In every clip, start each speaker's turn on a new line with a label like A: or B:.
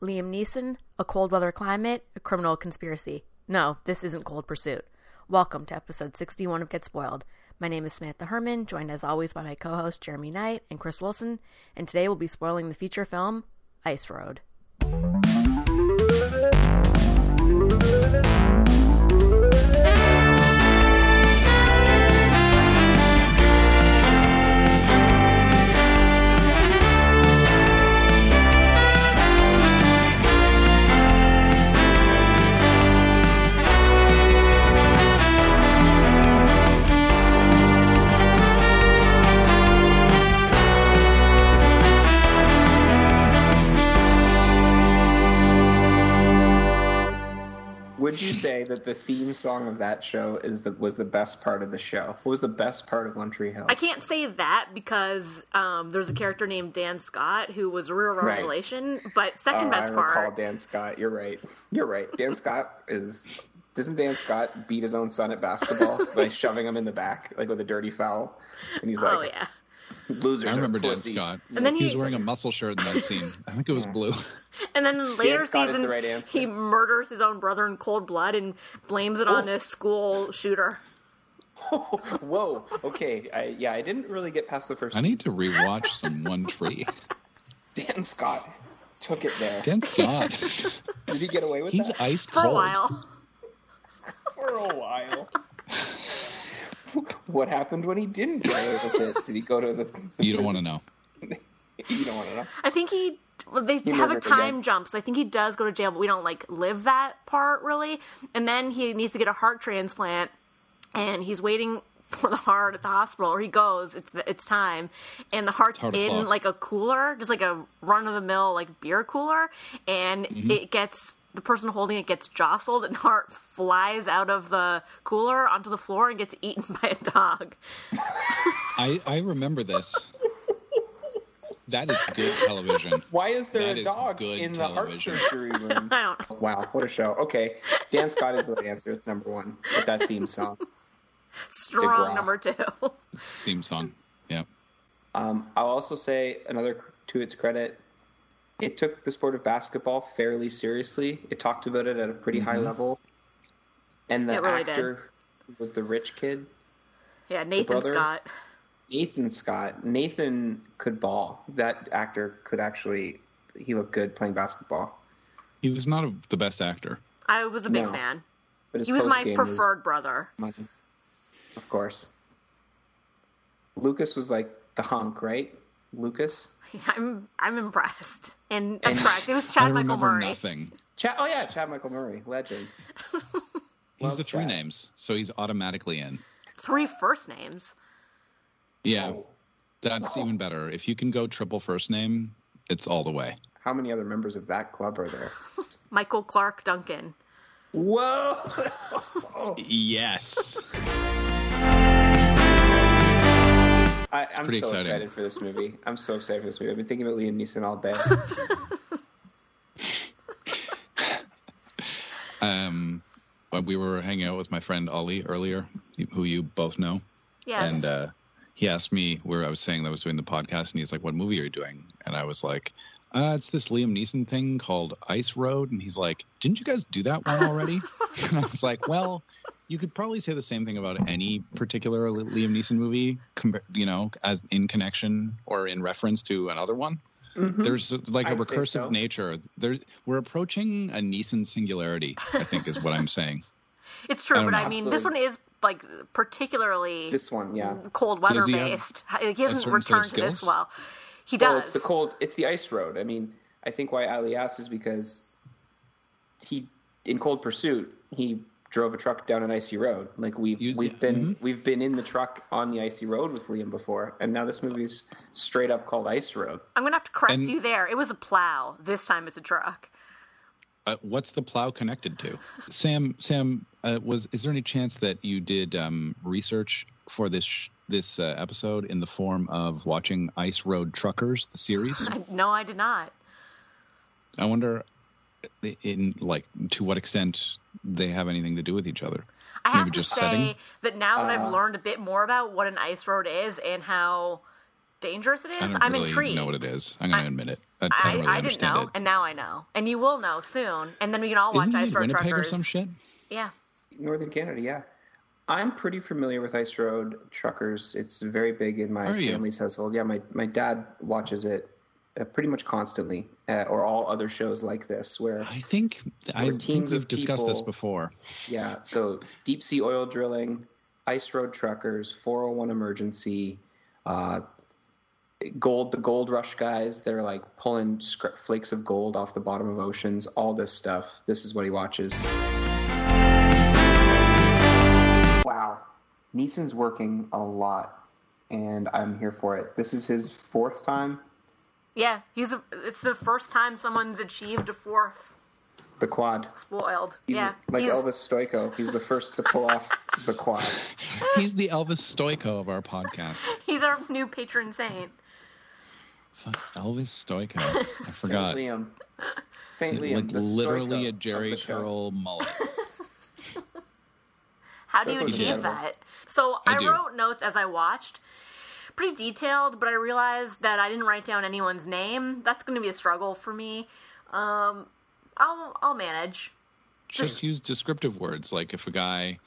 A: Liam Neeson, A Cold Weather Climate, A Criminal Conspiracy. No, this isn't Cold Pursuit. Welcome to episode 61 of Get Spoiled. My name is Samantha Herman, joined as always by my co host Jeremy Knight and Chris Wilson, and today we'll be spoiling the feature film Ice Road.
B: Would you say that the theme song of that show is the was the best part of the show? What was the best part of One Tree Hill?
A: I can't say that because um, there's a character named Dan Scott who was a real
B: Right.
A: relation, but second
B: Oh, I
A: best
B: recall
A: part.
B: Dan Scott. You're right. You're right. Dan Scott is doesn't Dan Scott beat his own son at basketball by shoving him in the back like with a dirty foul? And he's like,
A: oh, yeah.
B: "Losers
C: I remember
B: are
C: Dan
B: pussies."
C: Scott.
A: And then
C: he was
A: he-
C: wearing a muscle shirt in that scene. I think it was blue.
A: And then later
B: Scott is the
A: seasons,
B: right answer.
A: he murders his own brother in cold blood and blames it on
B: Oh.
A: a school shooter.
B: Whoa. Okay. I, yeah, I didn't really get past the first.
C: I need to rewatch some One Tree.
B: Dan Scott took it there.
C: Dan Scott.
B: Did he get away with
C: He's
B: that
C: ice
A: For
C: cold.
A: a while.
B: for a while? what happened when he didn't get away with it? Did he go to the? the
C: You don't want to know.
B: to. You don't want to know.
A: I think he. Well, they have a
B: murdered
A: time
B: again.
A: jump, so I think he does go to jail, but we don't like live that part really. And then he needs to get a heart transplant, and he's waiting for the heart at the hospital, or he goes. It's it's time, and the heart's
C: hard to
A: in
C: clock.
A: like a cooler, just like a run of the mill like beer cooler, and it gets. The person holding it gets jostled, and the heart flies out of the cooler onto the floor and gets eaten by a dog.
C: I, I remember this. That is good television.
B: Why is there
C: That
B: a
C: is
B: dog
C: good
B: in
C: television.
B: the heart surgery room?
A: I don't. know.
B: wow, what a show. Okay, Dan Scott is the right answer. It's number one with that theme song.
A: Strong
B: DeGraw.
A: number two.
C: Theme song. Yeah.
B: Um, I'll also say another cr- to its credit, it took the sport of basketball fairly seriously. It talked about it at a pretty
C: Mm-hmm.
B: high level, and the
A: It really did.
B: actor who was the rich kid,
A: Yeah, Nathan
B: brother?
A: Scott.
B: Nathan Scott. Nathan could ball. That actor could actually. He looked good playing basketball.
C: He was not a, the best actor.
A: I was a big
B: No.
A: fan.
B: But his
A: He was my
B: postgame
A: preferred brother.
B: money. Of course. Lucas was like the hunk, right? Lucas?
A: I'm I'm impressed and attracted. It was Chad
C: I
A: Michael
C: remember
A: Murray.
C: nothing.
B: Chad oh yeah, Chad Michael Murray, legend.
C: He's
B: Love
C: the three
B: that.
C: names, so he's automatically in.
A: Three first names.
C: Yeah, that's even better. If you can go triple first name, it's all the way.
B: How many other members of that club are there?
A: Michael Clark Duncan.
B: Whoa!
C: Yes.
B: I, I'm so
C: pretty exciting.
B: excited for this movie. I'm so excited for this movie. I've been thinking about Liam Neeson all day.
C: um, when we were hanging out with my friend Ollie earlier, who you both know,
A: Yes.
C: and uh, he asked me where I was saying that I was doing the podcast, and he's like, "What movie are you doing?" And I was like, uh, "It's this Liam Neeson thing called Ice Road," and he's like, "Didn't you guys do that one already?" and I was like, "Well." You could probably say the same thing about any particular Li- Liam Neeson movie, compa- you know, as in connection or in reference to another one. There's uh, like
B: I
C: a
B: would say
C: recursive
B: so.
C: nature. There, we're approaching a Neeson singularity. I think is what I'm saying.
A: it's true,
C: I don't
A: but I
C: know.
A: mean, this one
B: Absolutely.
A: is like particularly
B: this one, yeah.
A: cold weather
C: Does he have
A: based. He hasn't
C: certain set of
A: returned to this
C: skills?
A: well. He does.
B: Well, it's the cold. It's the ice road. I mean, I think why Ali asked is because he, in Cold Pursuit, he drove a truck down an icy road. Like we've
C: You-
B: we've been
C: Mm-hmm.
B: we've been in the truck on the icy road with Liam before, and now this movie's straight up called Ice Road.
A: I'm gonna have to correct
C: And-
A: you there. It was a plow. This time it's a truck.
C: Uh, what's the plow connected to? Sam, Sam, uh, was is there any chance that you did um, research for this sh- this uh, episode in the form of watching Ice Road Truckers, the series?
A: I, no, I did not.
C: I wonder, in like, to what extent they have anything to do with each other?
A: I have
C: Maybe
A: to
C: just
A: say
C: setting? Uh,
A: that now that I've learned a bit more about what an ice road is and how dangerous it is?
C: I don't
A: I'm
C: really
A: intrigued.
C: know what it is. I'm gonna
A: I-
C: admit it. I,
A: I,
C: I don't really
A: I didn't
C: understand
A: know,
C: it.
A: and now I know, and you will know soon, and then we can all watch
C: Isn't
A: Ice
C: it
A: Road
C: Winnipeg
A: Truckers.
C: or some shit?
A: Yeah,
B: Northern Canada, yeah. I'm pretty familiar with Ice Road Truckers. It's very big in my
C: Are you?
B: family's household. Yeah, my, my dad watches it uh, pretty much constantly, uh, or all other shows like this, where,
C: I think I
B: Or teams
C: think we've
B: of
C: discussed this
B: people.
C: before.
B: yeah, so deep sea oil drilling, Ice Road Truckers, 401 Emergency, uh, gold, the gold rush guys, they're like pulling scr- flakes of gold off the bottom of oceans, all this stuff. This is what he watches. Wow. Neeson's working a lot, and I'm here for it. This is his fourth time.
A: yeah. He's a, it's the first time someone's achieved a fourth
B: The quad.
A: spoiled.
B: He's
A: yeah,
B: like
A: he's-
B: Elvis Stoiko. He's the first to pull off the quad.
C: He's the Elvis Stoiko of our podcast.
A: He's our new patron saint.
C: Fuck, Elvis Stoiko. I forgot.
B: St. Liam. St. Liam.
C: like
B: the
C: literally
B: Stoiko
C: a Jerry
B: of the show.
C: Sherrill mullet.
A: How do you
B: That was
A: achieve
B: incredible.
A: that? So
C: I
A: I,
C: do.
A: wrote notes as I watched, pretty detailed, but I realized that I didn't write down anyone's name. That's going to be a struggle for me. Um, I'll I'll manage.
C: Just use descriptive words like if a guy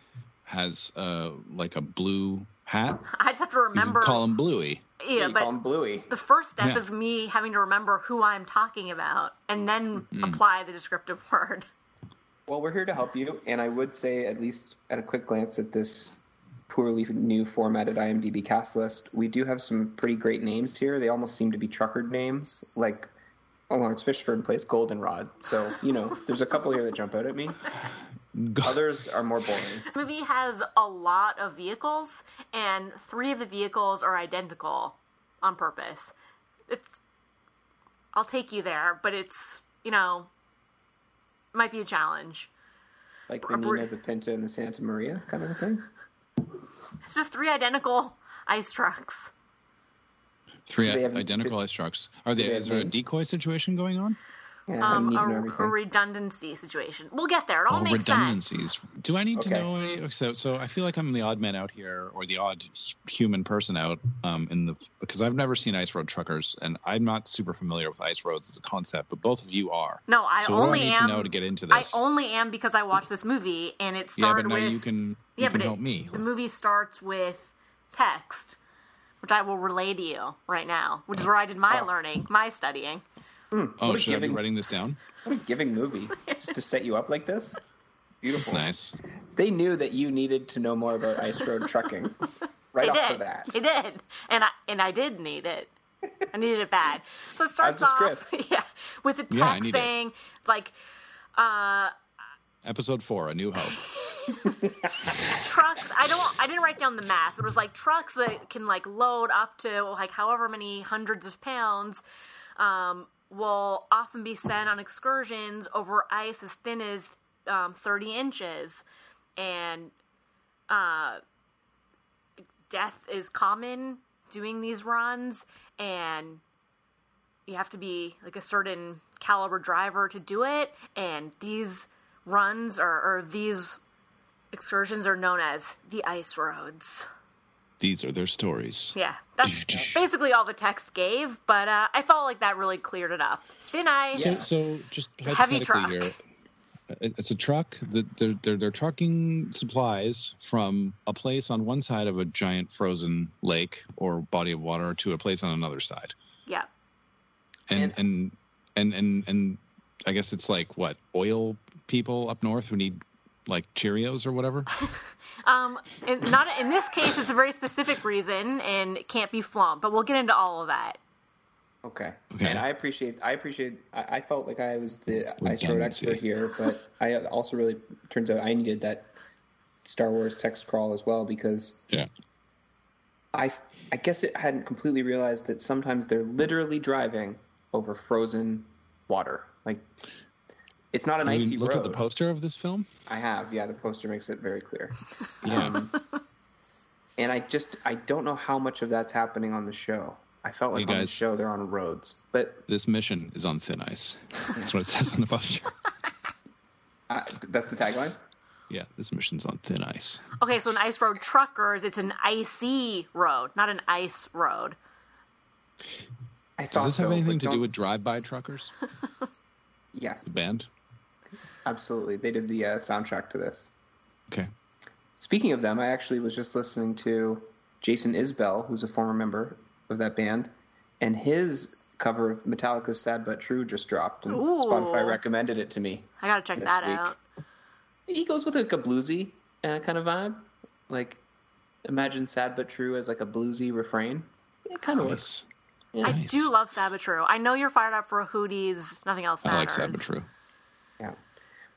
C: has uh like a blue hat,
A: I just have to
C: you can
A: remember.
C: call him Bluey.
A: yeah,
B: You
A: but
B: call him Bluey.
A: the first step
C: Yeah.
A: is me having to remember who I'm talking about and then
C: Mm-hmm.
A: apply the descriptive word.
B: Well, we're here to help you, and I would say, at least at a quick glance at this poorly new formatted IMDb cast list, we do have some pretty great names here. They almost seem to be truckered names, like oh, Lawrence Fishburne plays Goldenrod. So you know, there's a couple here that jump out at me. Others are more boring.
A: The movie has a lot of vehicles, and three of the vehicles are identical on purpose. It's. I'll take you there, but it's, you know, might be a challenge.
B: like the
A: Bru-
B: Nina, the Pinta, and the Santa Maria kind of a thing.
A: It's just three identical ice trucks.
C: Three
B: they have-
C: identical ice trucks. Are they,
B: they have
C: is there a
B: names?
C: decoy situation going on?
B: Yeah, I
A: Um,
B: need
A: a,
B: to know
A: a
B: everything.
A: redundancy situation. We'll get there. It all
C: Or
A: makes sense.
C: redundancies. Do I need to
B: Okay.
C: know any? So, so I feel like I'm the odd man out here, or the odd h- human person out um, in the because I've never seen ice road truckers, and I'm not super familiar with ice roads as a concept. But both of you are.
A: No, I
C: so what do
A: only
C: I need
A: am.
C: to know to get into
A: I
C: this?
A: only am because I watched this movie, and it
C: yeah, but
A: started
C: now
A: with.
C: you can you
A: yeah,
C: can
A: but it-
C: help me.
A: The movie starts with text, which I will relay to you right now, which is where I did my learning, my studying.
C: Oh,
B: we're
C: should I be
B: giving-
C: writing this down?
B: Giving movie just to set you up like this.
C: It's
B: Beautiful.
C: nice.
B: They knew that you needed to know more about ice road trucking right
A: It
B: off the
A: did.
B: bat.
A: It did. And I and I did need it. I needed it bad. So it starts
B: does
A: off yeah, with a text
C: Yeah, I need it.
A: saying it's like uh
C: Episode four, A New Hope.
A: trucks i don't i didn't write down the math it was like trucks that can like load up to like however many hundreds of pounds um, will often be sent on excursions over ice as thin as um, 30 inches and uh, death is common doing these runs and you have to be like a certain caliber driver to do it and these runs or, or these excursions are known as the ice roads.
C: These are their stories.
A: Yeah, that's basically all the text gave, but uh, I felt like that really cleared it up. Thin ice.
C: So, so just
A: Heavy
C: hypothetically
A: truck.
C: here, uh, it- it's a truck that they're, they're they're trucking supplies from a place on one side of a giant frozen lake or body of water to a place on another side,
A: Yeah,
C: and
B: And-
C: and and and and I guess it's like what oil people up north who need like Cheerios or whatever.
A: Um, and not in this case, it's a very specific reason and it can't be flumped, but we'll get into all of that.
B: Okay.
C: Okay.
B: And I appreciate. I appreciate. I, I felt like I was the ice road
C: Redundancy.
B: expert here, but I also really turns out I needed that Star Wars text crawl as well because
C: Yeah,
B: I I guess it hadn't completely realized that sometimes they're literally driving over frozen water. Like it's not an
C: Have
B: icy
C: you looked
B: road.
C: at the poster of this film.
B: I have. Yeah, the poster makes it very clear.
C: Yeah,
B: And I just I don't know how much of that's happening on the show. I felt like
C: You
B: on the
C: guys-
B: show they're on roads, but
C: this mission is on thin ice. That's what it says on the poster.
B: uh, that's the tagline.
C: Yeah, this mission's on thin ice.
A: Okay, so an ice road truckers, it's an icy road, not an ice road.
B: I
C: Does
B: thought
C: this have
B: so,
C: anything
B: but
C: to do
B: don't-
C: with drive-by truckers?
B: Yes,
C: The band?
B: absolutely. They did the uh, soundtrack to this.
C: Okay.
B: Speaking of them, I actually was just listening to Jason Isbell, who's a former member of that band, and his cover of Metallica's "Sad but True" just dropped, and
A: Ooh.
B: Spotify recommended it to me.
A: I gotta check
B: This
A: that
B: week.
A: out.
B: He goes with like a bluesy uh, kind of vibe, like imagine "Sad but True" as like a bluesy refrain. It kind of works.
C: Nice.
B: Yeah.
A: I
C: Nice.
A: do love Sabatru. I know you're fired up for Hootie's. Nothing else
C: I like
A: matters.
C: Sabatru.
B: Yeah.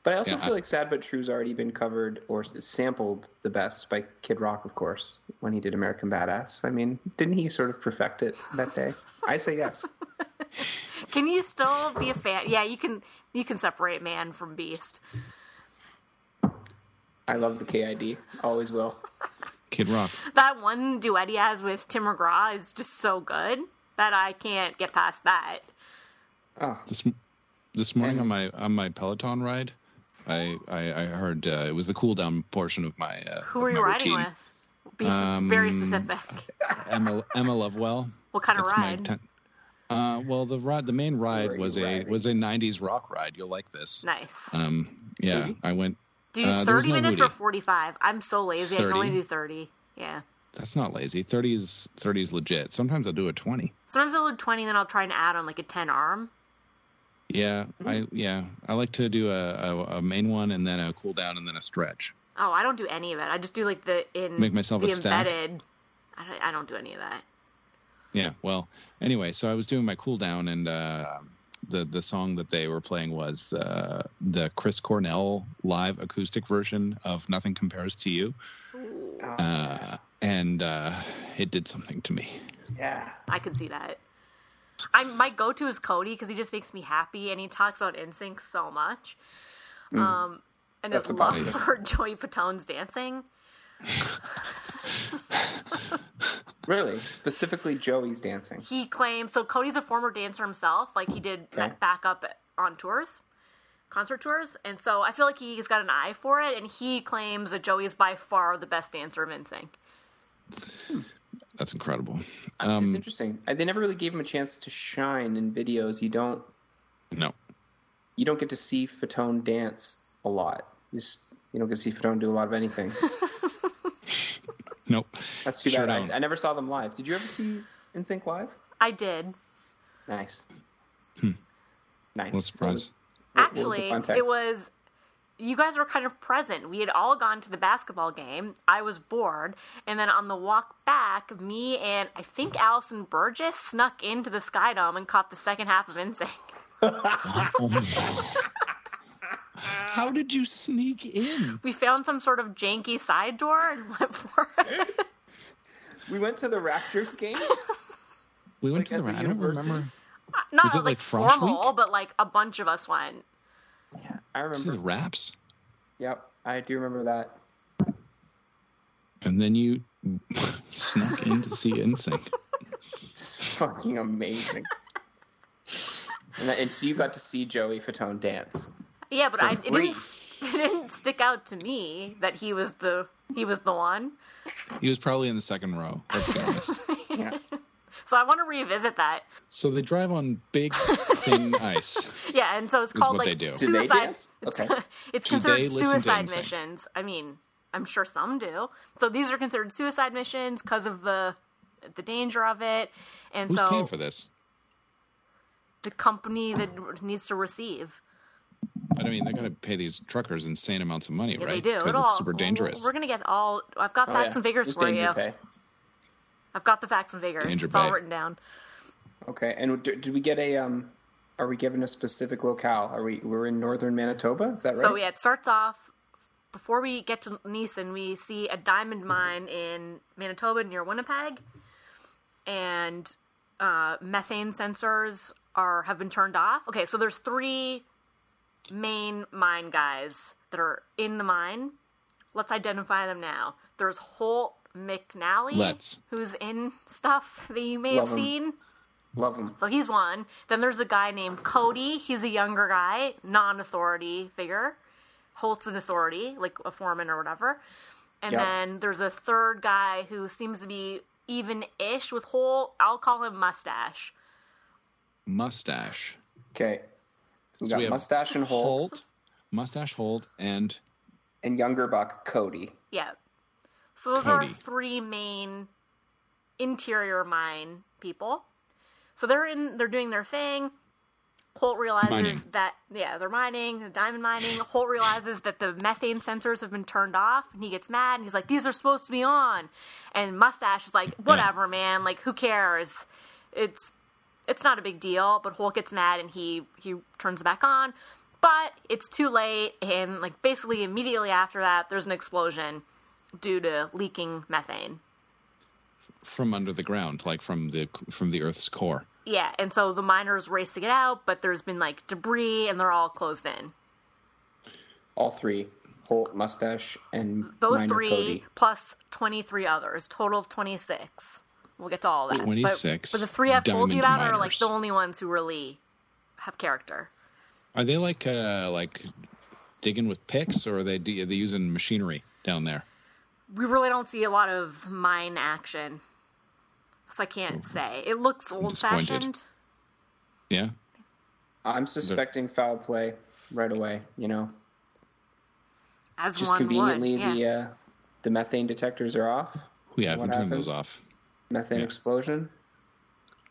B: But I also
C: Yeah,
B: feel
C: I-
B: like Sad But True's already been covered or s- sampled the best by Kid Rock, of course, when he did American Badass. I mean, didn't he sort of perfect it that day? I say yes.
A: Can you still be a fan? Yeah, you can. You can separate man from beast.
B: I love the KID. Always will.
C: Kid Rock.
A: That one duet he has with Tim McGraw is just so good that I can't get past that.
B: Oh,
C: This this morning on my on my Peloton ride, I I, I heard uh, it was the cool down portion of my uh,
A: Who
C: of
A: are you
C: my
A: riding
C: routine.
A: with? Be sp- very
C: Um,
A: specific.
C: Emma Emma Lovewell.
A: What kind of
C: That's my
A: ride?
C: ten- uh, well, the ride, the main
B: Where
C: ride
B: are
C: was
B: you
C: a
B: riding?
C: was a '90s rock ride. You'll like this.
A: nice.
C: Um, yeah,
B: Maybe.
C: I went.
A: do
C: uh, there was
A: 30
C: no
A: minutes or
C: Hootie.
A: 45? I'm so lazy. I can
C: 30.
A: only do 30. Yeah.
C: That's not lazy. Thirty is thirty is legit. Sometimes I'll do a twenty.
A: Sometimes I'll do 20, then I'll try and add on like a 10 arm.
C: Yeah, I
B: Mm-hmm.
C: yeah I like to do a, a, a main one and then a cool down and then a stretch.
A: Oh, I don't do any of it. I just do like the in
C: Make myself
A: the
C: a stack.
A: embedded. I don't, I don't do any of that.
C: Yeah. Well, anyway, so I was doing my cool down, and uh, the the song that they were playing was the the Chris Cornell live acoustic version of "Nothing Compares to You,"
B: oh,
C: uh, and uh, it did something to me.
B: yeah.
A: I can see that. I my go to is Cody because he just makes me happy and he talks about NSYNC so much. Um, and his
B: Mm. That's about
A: love
B: it.
A: for Joey Fatone's dancing.
B: Really? Specifically Joey's dancing.
A: He claims so. Cody's a former dancer himself. Like he did
B: Okay.
A: back up on tours, concert tours, and so I feel like he's got an eye for it. And he claims that Joey is by far the best dancer of NSYNC.
C: That's incredible.
B: it's
C: Um,
B: interesting. I, they never really gave him a chance to shine in videos. You don't
C: no,
B: you don't get to see Fatone dance a lot. You just you don't get to see Fatone do a lot of anything.
C: nope.
B: That's too
C: Sure
B: bad.
C: don't.
B: I, I never saw them live. Did you ever see NSYNC live?
A: I did.
B: Nice. Nice.
C: Hmm. What a surprise.
B: What was the
A: Actually, it
B: context?
A: was you guys were kind of present. We had all gone to the basketball game. I was bored, and then on the walk back, me and I think Allison Burgess snuck into the Sky Dome and caught the second half of NSYNC.
C: Oh, no. How did you sneak in?
A: We found some sort of janky side door and went for it.
B: We went to the Raptors game.
C: We went
B: Like,
C: to the.
B: at the
C: I don't
B: university?
C: remember.
A: Not
C: Was it,
A: like,
C: like, Frosh
A: formal,
C: Week?
A: but like a bunch of us went.
B: I
C: Was it the
B: remember.
C: raps?
B: Yep, I do remember that.
C: And then you snuck in to see NSYNC.
B: It's fucking amazing. and, that, and so you got to see Joey Fatone dance.
A: Yeah, but
B: For
A: I it
B: free.
A: didn't, it didn't stick out to me that he was the he was the one.
C: He was probably in the second row. Let's be honest.
B: Yeah.
A: So I want to revisit that.
C: So they drive on big, thin ice.
A: Yeah, and so it's called
C: what
A: like
C: they do.
B: Do they
A: suicide.
B: dance? Okay.
A: it's
C: Do they
A: considered
C: listen to
A: suicide
C: NSYNC?
A: missions. I mean, I'm sure some do. So these are considered suicide missions because of the the danger of it, and
C: Who's
A: so
C: paying for this?
A: the company that needs to receive.
C: I mean, they got to pay these truckers insane amounts of money,
A: Yeah,
C: right?
A: they do.
C: Because
A: It'll
C: it's
A: all-
C: super dangerous.
A: We're gonna get all. I've got
B: Oh,
A: facts
B: yeah.
A: and figures
B: There's
A: for
B: danger
A: you.
B: pay.
A: I've got the facts and figures.
C: Danger
A: it's all
C: pay.
A: written down.
B: Okay, and d did we get a? Um, are we given a specific locale? Are we? We're in northern Manitoba. Is that right?
A: So yeah, it starts off before we get to Neeson, we see a
B: Mm-hmm.
A: diamond mine in Manitoba near Winnipeg, and uh, methane sensors are have been turned off. Okay, so there's three main mine guys that are in the mine. Let's identify them now. There's Holt McNally,
C: Let's.
A: who's in stuff that you may
B: Love
A: have
B: him.
A: seen.
B: Love them.
A: So he's one. Then there's a guy named Cody. He's a younger guy, non authority figure. Holt's an authority, like a foreman or whatever. And
B: Yeah.
A: then there's a third guy who seems to be even-ish with whole. I'll call him mustache.
C: Mustache.
B: Okay. We
C: So
B: got
C: we have
B: mustache and Holt,
C: Holt. Mustache Holt and
B: and younger buck Cody.
A: Yeah. So those are
C: Cody.
A: our three main interior mine people. So they're in they're doing their thing. Holt realizes
C: Mining.
A: that yeah, they're mining, they're diamond mining. Holt realizes that the methane sensors have been turned off and he gets mad and he's like, These are supposed to be on and Mustache is like, Whatever, man, like who cares? It's it's not a big deal, but Holt gets mad and he he turns it back on. But it's too late, and like basically immediately after that, there's an explosion due to leaking methane.
C: from under the ground, like from the from the Earth's core.
A: Yeah, and so the miners race to get out, but there's been like debris, and they're all closed in.
B: All three. Holt, mustache, and
A: Those
B: minor
A: three
B: Cody.
A: plus 23 others, total of 26. We'll get to all that. But-
C: 26
A: But, the three I've told you
C: diamond
A: about are like
C: miners.
A: the only ones who really have character.
C: Are they like uh like digging with picks, or are they are they using machinery down there?
A: we really don't see a lot of mine action. So I can't say. It looks old fashioned.
C: Yeah.
B: I'm suspecting foul play right away. You know,
A: As
B: just
A: one
B: conveniently
A: would. Yeah.
B: the uh, the methane detectors are off.
C: Yeah,
B: What
C: who turned those
B: happens?
C: off?
B: Methane
C: Yeah.
B: explosion.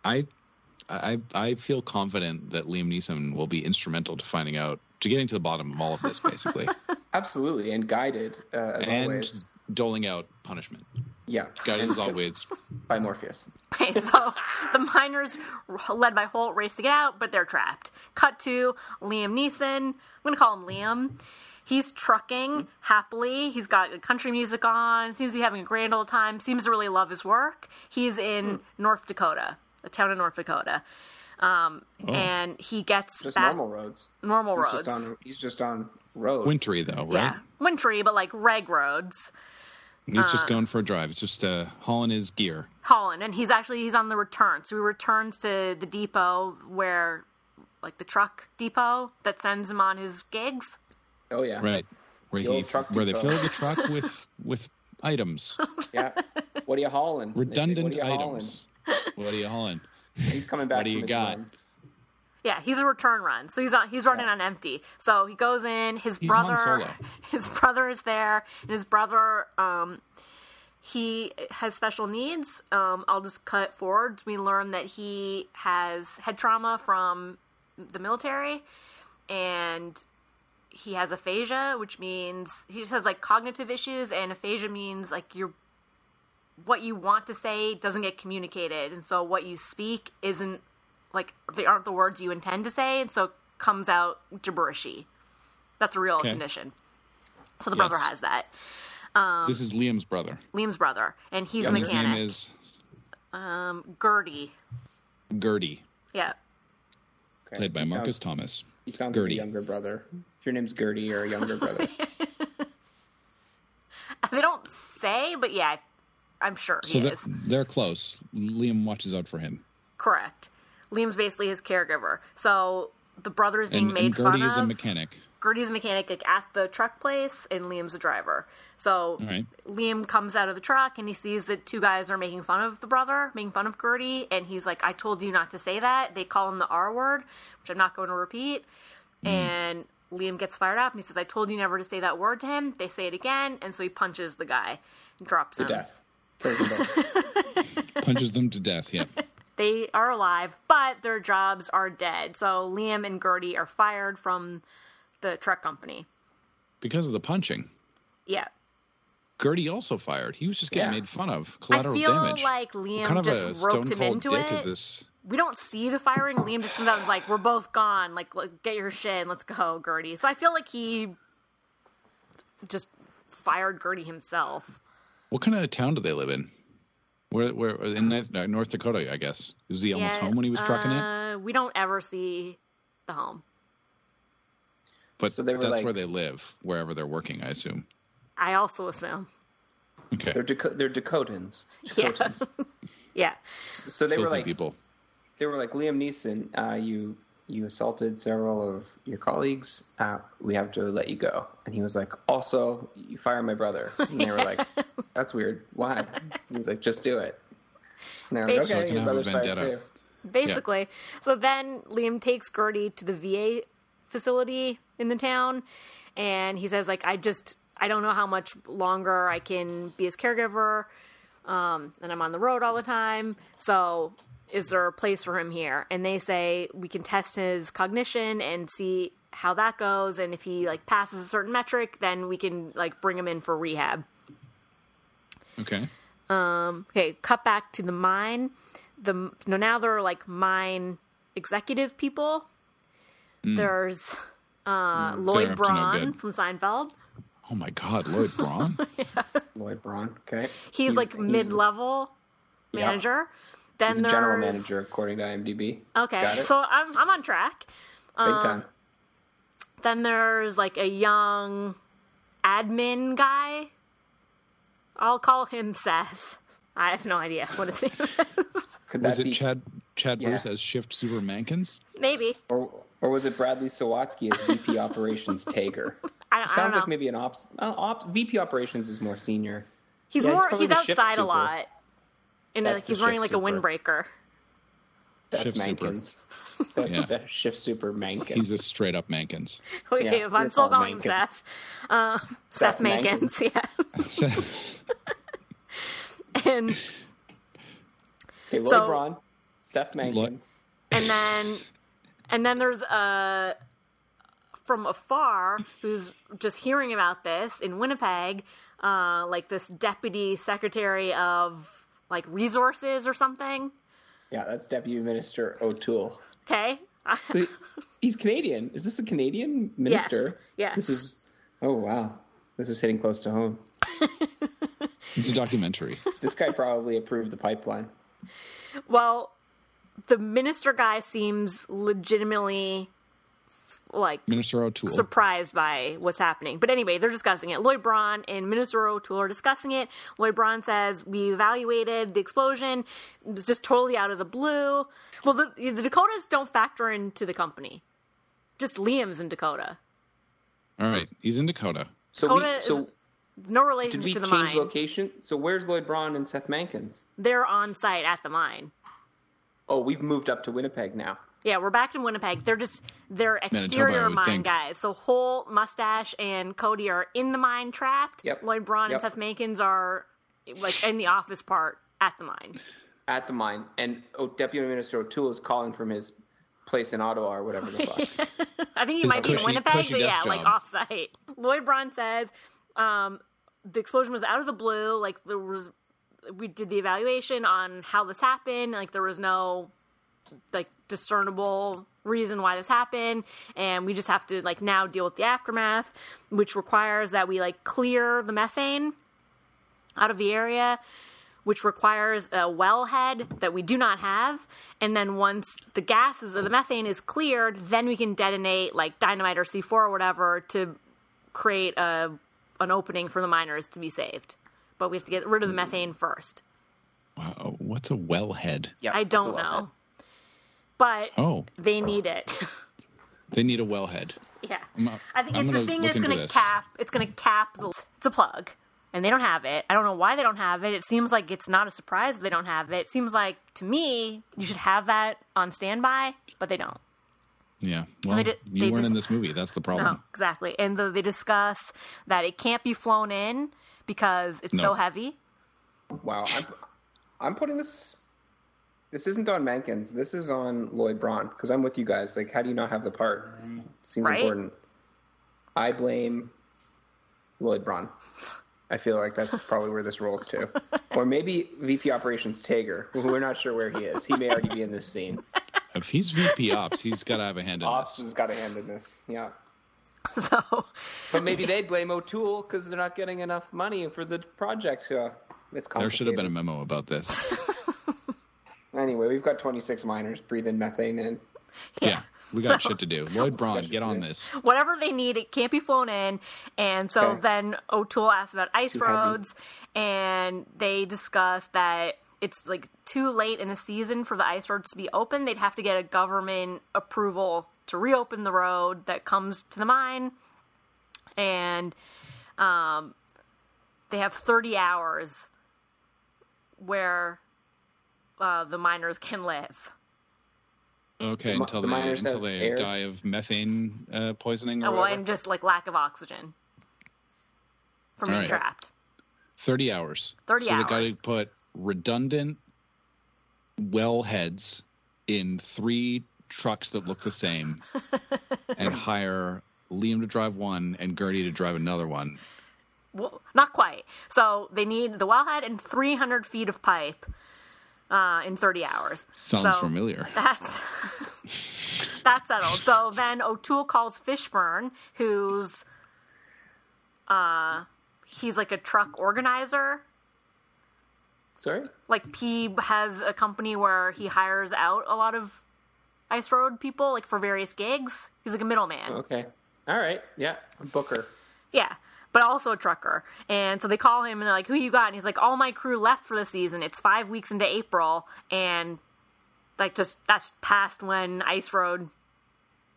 C: I, I, I feel confident that Liam Neeson will be instrumental to finding out, to getting to the bottom of all of this, basically,
B: Absolutely, and guided uh, as
C: and
B: always.
C: doling out punishment.
B: Yeah,
C: Guidance is always
B: by Morpheus.
A: Okay, so the miners, led by Holt, race to get out, but they're trapped. Cut to Liam Neeson. I'm going to call him Liam. He's trucking happily. He's got country music on. Seems to be having a grand old time. Seems to really love his work. He's in North Dakota, a town in North Dakota. Um, And he gets
B: Just
A: back
B: normal roads.
A: normal
B: he's
A: roads.
B: Just on, he's just on road.
C: wintry, though, right?
A: Yeah, wintry, but like reg roads,
C: He's just
A: Uh.
C: going for a drive. It's just uh, hauling his gear.
A: Holland, and he's actually he's on the return. So he returns to the depot where, like the truck depot that sends him on his gigs.
B: Oh yeah,
C: Right. Where,
B: The
C: he,
B: old truck
C: where they
B: depot.
C: fill the truck with with items,
B: yeah. What are you hauling? They say,
C: redundant
B: "What are you hauling?"
C: items. What are you hauling?
B: He's coming back.
C: What do
B: from
C: you
B: his
C: got?
B: run.
A: Yeah, he's a return run, so he's on, he's running
B: Yeah.
A: on empty. So he goes in. His
C: He's Han
A: brother,
C: Solo.
A: his brother is there, and his brother, um, he has special needs. Um, I'll just cut forward. We learn that he has head trauma from the military, and he has aphasia, which means he just has like cognitive issues, and aphasia means like your what you want to say doesn't get communicated, and so what you speak isn't like they aren't the words you intend to say, and so it comes out gibberishy. That's a real
C: Okay.
A: condition. So the
C: Yes.
A: brother has that.
C: this is Liam's brother.
A: Liam's brother, and he's a
C: And his
A: Um, mechanic.
C: name is
A: Gertie.
C: Gertie,
A: Yeah.
B: Okay.
C: played by
B: He
C: Marcus
B: Sounds,
C: Thomas.
B: he sounds
C: Gertie.
B: like a younger brother. If your name's Gertie, you're a younger brother.
A: They don't say, but yeah, I'm sure
C: So
A: he
C: they're,
A: is.
C: they're close. Liam watches out for him.
A: Correct. Liam's basically his caregiver. So the brother is being
C: And,
A: made
C: and Gertie
A: fun
C: is a
A: of.
C: mechanic.
A: Gertie's a mechanic like, at the truck place, and Liam's a driver. So
C: All right.
A: Liam comes out of the truck and he sees that two guys are making fun of the brother, making fun of Gertie, and he's like, I told you not to say that. They call him the R word, which I'm not going to repeat. And Liam gets fired up and he says, I told you never to say that word to him. They say it again, and so he punches the guy and drops him.
B: Death. Kills them both.
C: Punches them to death. Yeah.
A: They are alive, but their jobs are dead. So Liam and Gertie are fired from the truck company.
C: Because of the punching.
A: Yeah.
C: Gertie also fired. He was just getting
B: Yeah.
C: made fun of.
A: I
C: Collateral
A: feel
C: damage.
A: like
C: What
A: Liam
C: kind of a
A: just
C: stone
A: roped him
C: cold
A: into
C: dick
A: it.
C: is this?
A: we don't see the firing. Liam just comes out and is like, "We're both gone. Like, look, get your shit and let's go, Gertie." So I feel like he just fired Gertie himself.
C: What kind of town do they live in? Where, where in North- North Dakota, I guess. Was he almost
A: Yeah,
C: home when he was trucking it?
A: uh, We don't ever see the home.
C: But
B: so they were
C: that's
B: like-
C: where they live, wherever they're working, I assume.
A: I also assume,
C: Okay.
B: They're, Daco- they're Dakotans.
A: Yeah.
B: Dakotans.
A: yeah,
B: So they were
C: Filthy
B: like
C: people.
B: they were like Liam Neeson. Uh, you you assaulted several of your colleagues. Uh, we have to let you go. And he was like, also you fire my brother. And they were like, that's weird. Why? And he's like, just do it. And they're like,
A: Basically.
B: okay,
C: So I
B: your
C: can have a
B: brother's fired
C: vendetta.
B: too.
A: basically. So then Liam takes Gertie to the VA facility in the town, and he says, like, I just, I don't know how much longer I can be his caregiver, um, and I'm on the road all the time. So is there a place for him here? And they say we can test his cognition and see how that goes, and if he like passes a certain metric, then we can like bring him in for rehab.
C: Okay.
A: Okay, cut back to the mine. The no, now there are like mine executive people. There's uh,
C: they're
A: Lloyd
C: up to no
A: Braun
C: good.
A: from Seinfeld.
C: Oh my God, Lloyd Braun.
B: Lloyd Braun. Okay.
A: He's, like mid-level
B: Yeah.
A: manager. Then
B: He's
A: there's
B: general manager according to IMDb.
A: Okay,
B: Got it?
A: so uh, I'm I'm on track.
B: Big time.
A: Then there's like a young admin guy. I'll call him Seth. I have no idea what his name is.
B: Could that
C: Was it
B: be
C: Chad Chad
B: Yeah.
C: Bruce as Shift Super Mankins?
A: Maybe
B: or or was it Bradley Sawatsky as VP Operations Tager?
A: I don't, I don't
B: Sounds
A: know.
B: like maybe an ops, uh, ops VP Operations is more senior.
A: He's
B: Yeah, he's
A: more
B: probably
A: he's
B: the shift
A: outside a
B: super.
A: lot. And uh,
B: That's the
A: he's wearing like
B: shift
A: a windbreaker.
B: That's
C: Shift super.
B: Mankins. That's
C: Yeah.
B: that's shift super Mankins.
C: He's a straight up Mankins.
A: Okay,
B: Yeah,
A: if I'm
B: it's
A: still
B: all
A: calling him
B: Mankins.
A: Seth. Um, Seth,
B: Seth
A: Mankins, yeah. and
B: okay, Lloyd
A: so-
B: Braun, Seth Mankins.
A: and then and then there's uh from afar who's just hearing about this in Winnipeg, uh, like this deputy secretary of like resources or something.
B: Yeah, that's Deputy Minister O'Toole.
A: Okay.
B: So he- he's Canadian. Is this a Canadian minister?
A: yes.
B: This is. Oh wow, this is hitting close to home.
C: It's a documentary.
B: This guy probably approved the pipeline.
A: Well, the minister guy seems legitimately like
C: Minister O'Toole.
A: surprised by what's happening. But anyway, they're discussing it. Lloyd Braun and Minister O'Toole are discussing it. Lloyd Braun says, We evaluated the explosion. It was just totally out of the blue. Well, the, the Dakotas don't factor into the company, just Liam's in Dakota.
C: All right. He's in Dakota.
B: So
A: Conan
B: we,
A: is-
B: so
A: No relation
B: did we
A: to the
B: change
A: mine.
B: location? So where's Lloyd Braun and Seth Mankins?
A: They're on site at the mine.
B: Oh, we've moved up to Winnipeg now.
A: Yeah, we're back to Winnipeg. They're just they're
C: Manitoba, I
A: exterior
C: would
A: mine
C: think.
A: guys. So Hole, Mustache, and Cody are in the mine trapped.
B: Yep.
A: Lloyd Braun
B: Yep.
A: and Seth Makins are like in the office part at the mine.
B: at the mine, and o- Deputy Minister O'Toole is calling from his place in Ottawa or whatever the fuck.
A: I think he
C: His
A: might be in
C: cushy-
A: Winnipeg,
C: cushy
A: but yeah,
C: desk
A: like
C: job.
A: off site. Lloyd Braun says, um, the explosion was out of the blue. Like there was we did the evaluation on how this happened. Like there was no like discernible reason why this happened and we just have to like now deal with the aftermath which requires that we like clear the methane out of the area which requires a wellhead that we do not have and then once the gases or the methane is cleared then we can detonate like dynamite or C4 or whatever to create a an opening for the miners to be saved but we have to get rid of the methane first
C: Wow. What's a wellhead?
B: Yeah,
A: i
B: that's a
A: don't
B: lot.
A: know but
C: Oh,
A: they need it.
C: they need a wellhead.
A: yeah,
C: I'm, uh,
A: I think
C: I'm
A: it's
C: gonna
A: the thing
C: look
A: that's
C: into
A: going to
C: this.
A: cap. It's going to cap. The, it's a plug, and they don't have it. I don't know why they don't have it. It seems like it's not a surprise they don't have it. It seems like to me you should have that on standby, but they don't.
C: Yeah. Well,
A: they di-
C: you
A: they
C: weren't in
A: dis-
C: this movie. That's the problem.
A: No, Oh, exactly. And so they discuss that it can't be flown in because it's so
C: No.
A: heavy.
B: Wow, I'm, I'm putting this. This isn't on Mankins. This is on Lloyd Braun because I'm with you guys. Like, how do you not have the part? Seems
A: Right?
B: important. I blame Lloyd Braun. I feel like that's probably where this rolls to, or maybe VP Operations Tager. We're not sure where he is. He may already be in this scene.
C: If he's VP Ops, he's got to have a hand in
B: Ops
C: this.
B: has got a hand in this. Yeah.
A: So
B: But maybe they blame O'Toole because they're not getting enough money for the project. Uh, it's
C: There should have been a
B: complicated.
C: memo about this.
B: Anyway, we've got 26 miners breathing methane in.
C: Yeah. we got shit to do. Lloyd Braun,
B: shit
C: get
B: to
C: on
B: do.
C: this.
A: whatever they need, it can't be flown in. And so
B: Okay.
A: then O'Toole asks about ice
B: heavy.
A: roads, and they discuss that it's like too late in the season for the ice roads to be open. They'd have to get a government approval to reopen the road that comes to the mine, and um, they have 30 hours where uh, the miners can live.
C: Okay,
B: The mi-
C: until
B: the
C: they
B: miners
C: until
B: have
C: they
B: air.
C: die of methane uh, poisoning or
A: Oh, well,
C: whatever.
A: and just like lack of oxygen from being
C: All right.
A: trapped.
C: Thirty hours.
A: 30
C: so they
A: hours.
C: got to put redundant well heads in three trucks that look the same, and hire Liam to drive one and Gertie to drive another one.
A: Well, not quite. So they need the wellhead and 300 feet of pipe uh, in 30 hours.
C: Sounds
A: So-
C: familiar.
A: That's that's settled. So then O'Toole calls Fishburne, who's uh he's like a truck organizer.
B: Sorry?
A: Like he has a company where he hires out a lot of ice road people, like for various gigs. He's like a middleman.
B: Okay. All right. Yeah. Booker.
A: Yeah. But also a trucker. And so they call him and they're like, Who you got? And he's like, All my crew left for the season. It's five weeks into April and like just that's past when ice road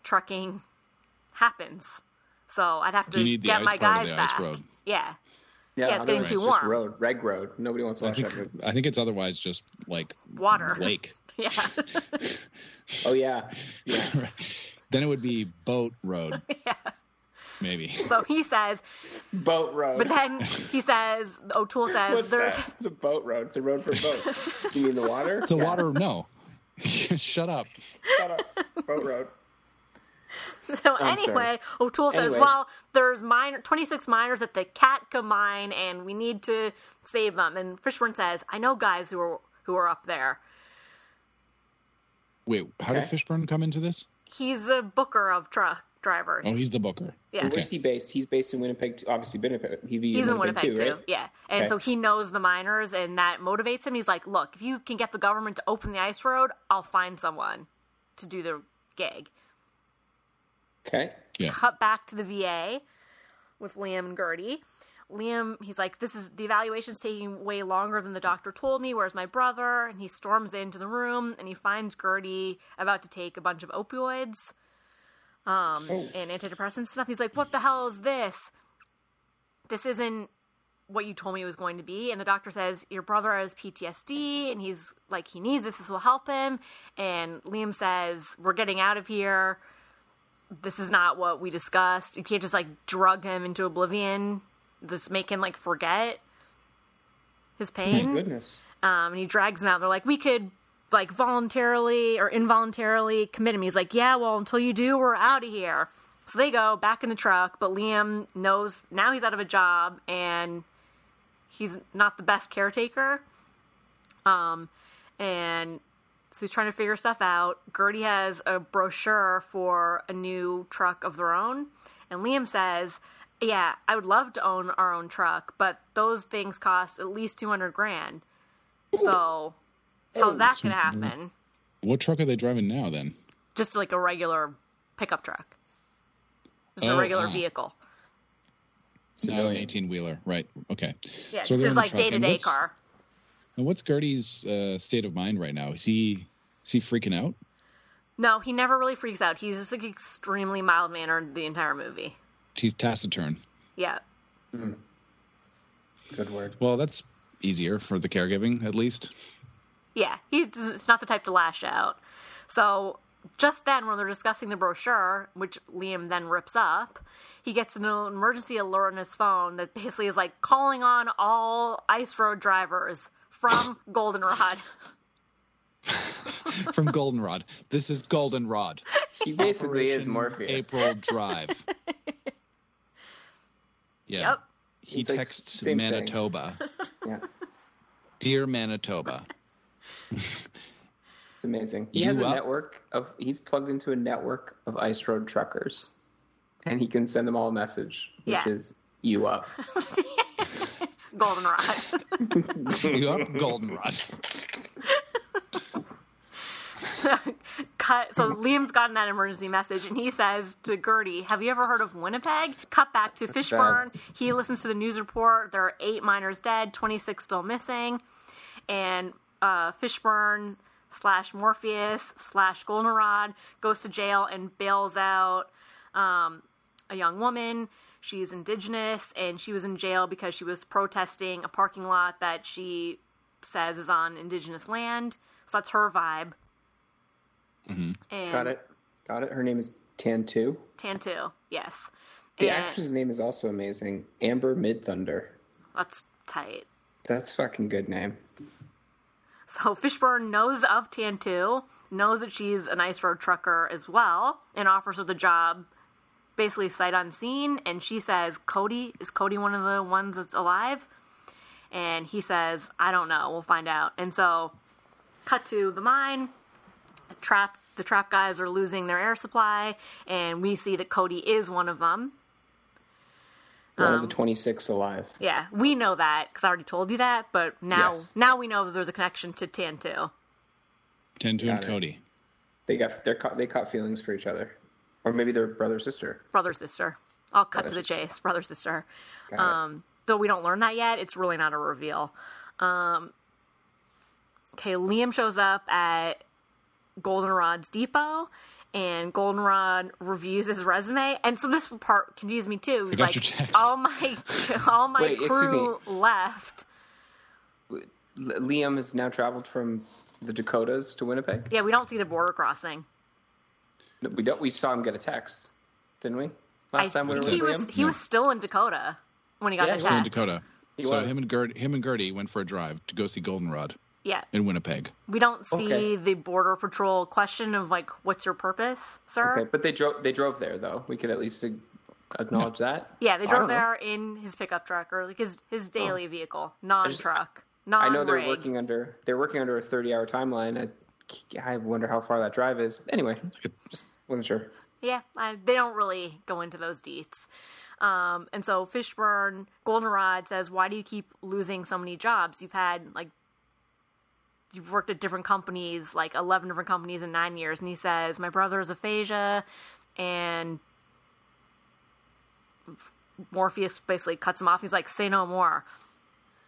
A: trucking happens. So I'd have to
C: You need the
A: get
C: ice
A: my
C: part
A: guys
C: of the ice
A: back.
C: road.
A: Yeah.
B: Yeah,
A: Yeah, it's getting
B: otherwise
A: too
B: it's just
A: warm.
B: road, reg road. Nobody wants to watch that movie.
C: I think it's otherwise just like
A: Water.
C: lake.
A: Yeah.
B: Oh yeah, yeah.
C: Then it would be boat road.
A: yeah.
C: Maybe.
A: So he says
B: boat road.
A: but then he says O'Toole says
B: What's
A: there's
B: that? It's a boat road. It's a road for boats. you mean the water?
C: It's a water. No. Shut up.
B: boat road.
A: So
B: I'm sorry.
A: anyway, O'Toole says,
B: Anyways.
A: "Well, there's mine 26 miners at the Katka mine, and we need to save them." And Fishburne says, "I know guys who are who are up there.
C: Wait, how did
B: Okay.
C: Fishburne come into this?
A: He's a booker of truck drivers.
C: Oh, he's the booker.
A: Yeah.
B: Where's he based? He's based in Winnipeg. Too. Obviously, Winnipeg. He'd be
A: He's in Winnipeg too,
B: too, right?
A: yeah. And
B: Okay.
A: so he knows the miners, and that motivates him. He's like, "Look, if you can get the government to open the ice road, I'll find someone to do the gig."
B: Okay.
C: Yeah.
A: cut back to the VA with Liam and Gertie. Liam, he's like, this is the evaluation's taking way longer than the doctor told me. Where's my brother? And he storms into the room and he finds Gertie about to take a bunch of opioids um, and antidepressants and stuff. He's like, what the hell is this? This isn't what you told me it was going to be. And the doctor says, Your brother has PTSD and he's like, he needs this. This will help him. And Liam says, We're getting out of here this is not what we discussed. You can't just like drug him into oblivion, just make him like forget his pain.
B: Goodness.
A: Um, and he drags him out. They're like, we could like voluntarily or involuntarily commit him. He's like, yeah, well, until you do, we're out of here. So they go back in the truck, but Liam knows now he's out of a job and he's not the best caretaker. Um, and so he's trying to figure stuff out. Gertie has a brochure for a new truck of their own. And Liam says, Yeah, I would love to own our own truck, but those things cost at least 200 grand. So how's that going to happen?
C: What truck are they driving now then?
A: Just like a regular pickup truck, just a
C: Oh,
A: regular
C: oh.
A: vehicle.
C: Not an
B: Civilian.
C: 18 wheeler. Right. Okay.
A: Yeah,
C: So
A: this
C: they're in
A: is
C: the
A: like
C: truck,
A: day
C: and
A: to day
C: what's-
A: car.
C: And what's Gertie's uh, state of mind right now? Is he is he freaking out?
A: No, he never really freaks out. He's just like extremely mild mannered the entire movie.
C: He's taciturn.
A: Yeah.
B: Good word.
C: Well, that's easier for the caregiving at least.
A: Yeah, he's it's not the type to lash out. So just then, when they're discussing the brochure, which Liam then rips up, he gets an emergency alert on his phone that basically is like calling on all ice road drivers from Goldenrod.
C: From Goldenrod. This is Goldenrod.
B: He basically is
C: Operation
B: Morpheus.
C: April Drive. yeah.
A: Yep.
C: He
B: It's like
C: texts
B: same thing.
C: Manitoba.
B: Yeah.
C: Dear Manitoba.
B: It's amazing. He
C: You
B: has a
C: up?
B: network of. He's plugged into a network of ice road truckers, and he can send them all a message, which
A: Yeah.
B: is you up.
A: Goldenrod.
C: You up? Goldenrod.
A: Cut. So Liam's gotten that emergency message, and he says to Gertie, "Have you ever heard of Winnipeg?" Cut back to Fishburne. He listens to the news report. There are eight miners dead, twenty-six still missing, and uh, Fishburne slash Morpheus slash Goldenrod goes to jail and bails out um, a young woman. She's indigenous, and she was in jail because she was protesting a parking lot that she says is on indigenous land. So that's her vibe.
C: hmm
A: And
B: Got it. Got it. Her name is Tantu.
A: Tantu, yes.
B: The
A: and
B: actress's name is also amazing. Amber Mid Thunder.
A: That's tight.
B: That's fucking good name.
A: So Fishburne knows of Tantu, knows that she's an ice road trucker as well, and offers her the job basically sight unseen. And she says, Cody, is Cody one of the ones that's alive? And he says, I don't know, we'll find out. And so, cut to the mine. Trap, the trap guys are losing their air supply, and we see that Cody is one of them.
B: One of the 26 alive.
A: Yeah, we know that because I already told you that. But now,
B: Yes.
A: now we know that there's a connection to Tantu.
C: Tentu
B: Got
C: and
B: it.
C: Cody.
B: They got they're caught, they caught feelings for each other, or maybe they're brother sister.
A: brother sister. I'll cut to the
B: Brother,
A: chase, brother sister.
B: Got it.
A: Um, though we don't learn that yet, it's really not a reveal. Um, okay, Liam shows up at Goldenrod's depot, and Goldenrod reviews his resume. And so this part confused me too. He's
C: got
A: like,
C: your text.
A: all my all my
B: Wait, excuse
A: crew left.
B: L- Liam has now traveled from the Dakotas to Winnipeg.
A: Yeah, we don't see the border crossing.
B: No, We don't. We saw him get a text, didn't we? Last
A: I
B: time we were
A: think he
B: with
A: was
B: Liam.
A: he was still in Dakota when he got
B: Yeah,
A: the
B: he was
C: Still in
A: test.
C: Dakota.
B: He
C: so
B: was.
C: him and Gert, him and Gertie went for a drive to go see Goldenrod
A: Yeah,
C: in Winnipeg.
A: We don't see
B: Okay.
A: the border patrol question of like, what's your purpose, sir?
B: Okay, but they drove. They drove there though. We could at least ag- acknowledge that.
A: Yeah, they
B: I
A: drove
B: don't know. Oh.
A: there in his pickup truck or like his his daily vehicle, non truck,
B: I
A: non
B: know they're
A: rig.
B: working under. They're working under a thirty-hour timeline. I, I wonder how far that drive is. Anyway, just wasn't sure.
A: Yeah, I, they don't really go into those deets. Um, and so Fishburne Goldenrod says, "Why do you keep losing so many jobs? You've had like." You've worked at different companies, like 11 different companies in nine years. And he says, My brother is aphasia, and Morpheus basically cuts him off. He's like, Say no more.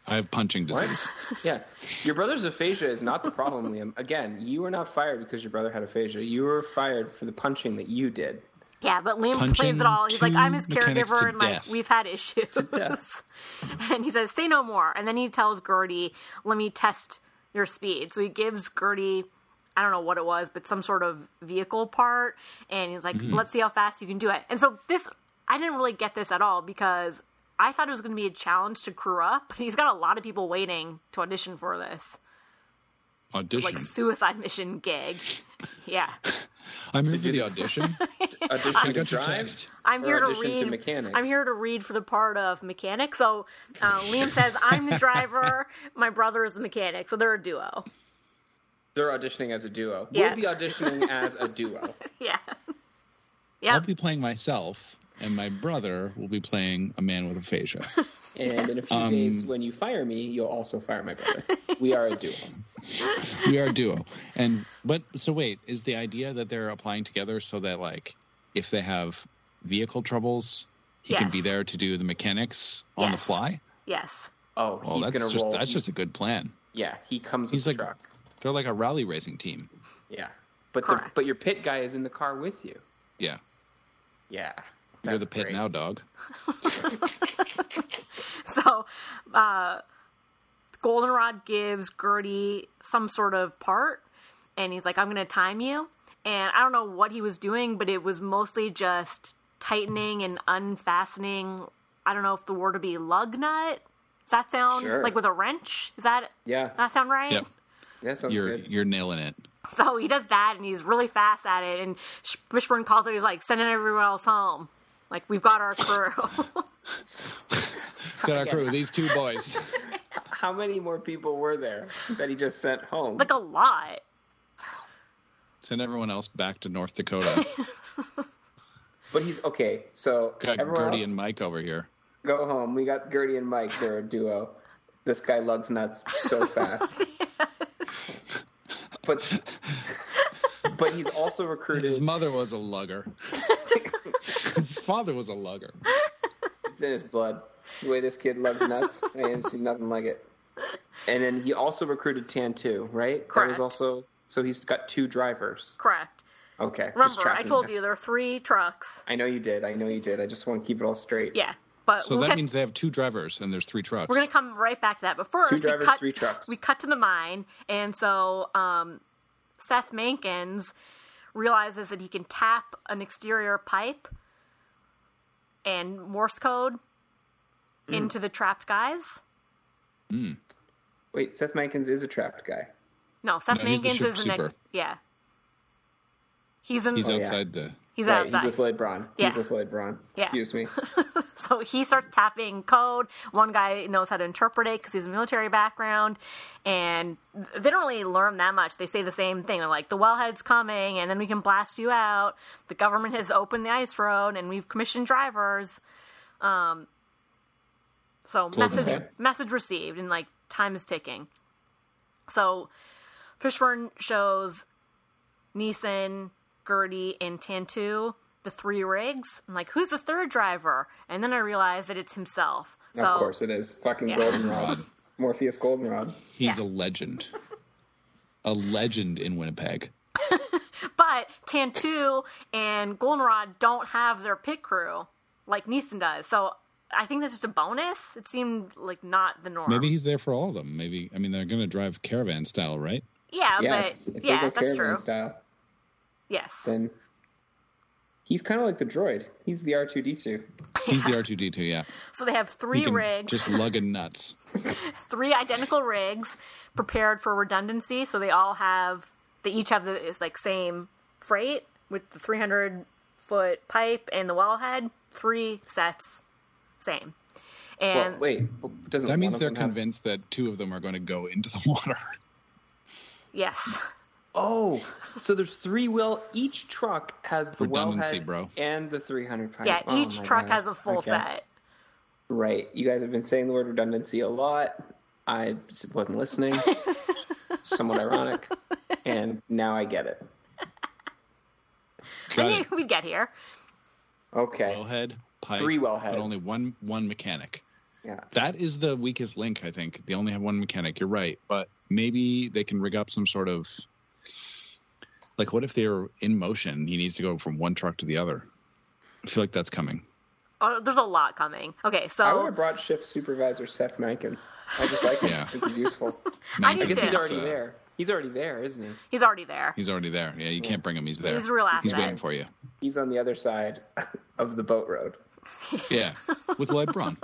C: I have punching disease.
B: Yeah, your brother's aphasia is not the problem, Liam. Again, you were not fired because your brother had aphasia. You were fired for the punching that you did.
A: Yeah, but Liam
C: Punching
A: claims it all. He's like,
C: two
A: I'm his
C: mechanics
A: caregiver,
C: to
A: and like
C: death.
A: we've had issues.
B: death.
A: and he says, "Say no more." And then he tells Gertie, "Let me test your speed." So he gives Gertie, I don't know what it was, but some sort of vehicle part, and he's like,
C: Mm-hmm.
A: "Let's see how fast you can do it." And so this, I didn't really get this at all because I thought it was going to be a challenge to crew up, but he's got a lot of people waiting to audition for this,
C: Audition.
A: like suicide mission gig. Yeah,
C: I'm here for the audition.
B: Audition
C: I
B: to
C: got your
B: drive.
C: text.
A: I'm
B: or
A: here to
B: audition
A: read.
B: to mechanic.
A: I'm here to read for the part of mechanic. So uh, Liam says, "I'm the driver. My brother is the mechanic." So they're a duo.
B: They're auditioning as a duo.
A: Yeah.
B: We'll be auditioning as a duo.
A: Yeah.
C: I'll
A: Yep.
C: be playing myself, and my brother will be playing a man with aphasia.
B: And in a
C: Um,
B: few days, when you fire me, you'll also fire my brother. We are a duo.
C: we are a duo. And but so wait, is the idea that they're applying together so that like if they have vehicle troubles, he can be
A: Yes.
C: there to do the mechanics on the
A: Yes.
C: fly?
A: yes.
B: Oh,
C: Oh,
B: he's
C: that's
B: gonna
C: just
B: roll.
C: that's just a good plan.
B: yeah. He comes
C: He's
B: with
C: like
B: the truck.
C: they're like a rally racing team.
B: Yeah, but the,
A: Correct.
B: but your pit guy is in the car with you.
C: Yeah.
B: Yeah,
C: You're
B: that's
C: the pit
B: great.
C: now, dog.
A: So, uh, Goldenrod gives Gertie some sort of part, and he's like, "I'm going to time you." And I don't know what he was doing, but it was mostly just tightening and unfastening. I don't know if the word would be lug nut. Does that sound
B: Sure.
A: like with a wrench? Is that
B: Yeah,
A: that sound right?
C: Yep.
B: that sounds
C: You're
B: good.
C: you're nailing it.
A: So he does that, and he's really fast at it. And Sh- Fishburne calls it. He's like, "Sending everyone else home. Like we've got our crew."
C: Got our crew, these two boys.
B: How many more people were there that he just sent home?
A: like a lot.
C: Send everyone else back to North Dakota.
B: But he's okay. So
C: Got
B: everyone
C: Gertie
B: else,
C: and Mike over here.
B: go home. We got Gertie and Mike. They're a duo. This guy lugs nuts so fast. but but he's also
C: His
B: recruited.
C: mother was a lugger. His father was a lugger.
B: It's in his blood. The way this kid loves nuts, I ain't seen nothing like it. And then he also recruited Tantu, right? That
A: Correct.
B: was also so he's got two drivers.
A: Correct.
B: Okay. just
A: Remember, I
B: tracking
A: told
B: this.
A: you there are three trucks.
B: I know you did. I know you did. I just want to keep it all straight.
A: Yeah. But
C: So
A: we'll
C: that
A: get-
C: means they have two drivers and there's three trucks.
A: we're going to come right back to that. But first,
B: Two drivers,
A: we, cut,
B: three trucks.
A: we cut to the mine. And so um, Seth Mankins realizes that he can tap an exterior pipe and Morse code
B: Hmm.
A: into the trapped guys.
B: Wait, Seth Mankins is a trapped guy.
A: No, Seth
C: No, he's the
A: Mankins
C: ship
A: is an ex-
C: super.
A: yeah. He's in
C: He's
B: Oh, yeah.
C: outside the.
A: he's
B: Right,
A: outside.
B: he's with Lloyd Braun.
A: Yeah.
B: He's with Lloyd Braun.
A: Yeah.
B: Excuse me.
A: So he starts tapping code. One guy knows how to interpret it because he's a military background, and they don't really learn that much. They say the same thing. They're like, "The wellhead's coming, and then we can blast you out." The government has opened the ice road, and we've commissioned drivers. Um, so
C: Cool,
A: message
B: okay.
A: message received, and like time is ticking. So Fishburne shows Neeson, Gertie, and Tantu the three rigs. I'm like, who's the third driver? And then I realize that it's himself. So,
B: of course it is. Fucking
A: Yeah.
B: Goldenrod. Morpheus Goldenrod.
C: He's a legend. A legend in Winnipeg.
A: But Tantu and Goldenrod don't have their pit crew like Neeson does. So I think that's just a bonus. It seemed like not the norm.
C: Maybe he's there for all of them. Maybe I mean they're going to drive caravan style, right?
A: Yeah,
B: Yeah. if-
A: but
B: if
A: yeah,
B: they go
A: that's
B: caravan
A: true.
B: Style,
A: Yes.
B: then he's kind of like the droid. He's the R2D2.
C: He's the R two D two. Yeah,
A: So they have
C: he
A: three
C: can
A: rigs.
C: just lugging nuts.
A: three identical rigs prepared for redundancy so they all have they each have the is like same freight with the 300 foot pipe and the wellhead three sets same and
B: Well, wait. well, Doesn't
C: That
B: one
C: means
B: of
C: they're
B: them have-
C: convinced that two of them are going to go into the water.
A: yes
B: Oh, so there's three wheel. Each truck has the
C: Redundancy,
B: wellhead
C: bro.
B: and the 300 pipe.
A: yeah
B: Oh
A: each
B: my
A: truck
B: God.
A: has a full
B: Okay.
A: set
B: Right. You guys have been saying the word redundancy a lot. I s- wasn't listening. Somewhat ironic. And now I get it.
A: i
C: Got
A: knew
C: it.
A: we'd get here
B: Okay.
C: Wellhead, pipe,
B: Three wellheads.
C: but only one one mechanic.
B: yeah.
C: That is the weakest link, I think. They only have one mechanic. You're right, but maybe they can rig up some sort of like what if they're in motion? He needs to go from one truck to the other. I feel like that's coming.
A: oh there's a lot coming okay so
B: I would have brought shift supervisor Seth Mankins. I just like him.
C: Yeah.
B: I think he's useful.
A: I do
B: I guess
A: too.
B: he's
A: Yeah.
B: already
C: uh,
B: there. He's already there, isn't he?
A: he's already there
C: He's already there. Yeah, you can't bring him. He's there.
A: He's a real
C: He's
A: asset.
C: waiting for you.
B: He's on the other side of the boat road.
C: Yeah, with Lloyd Braun.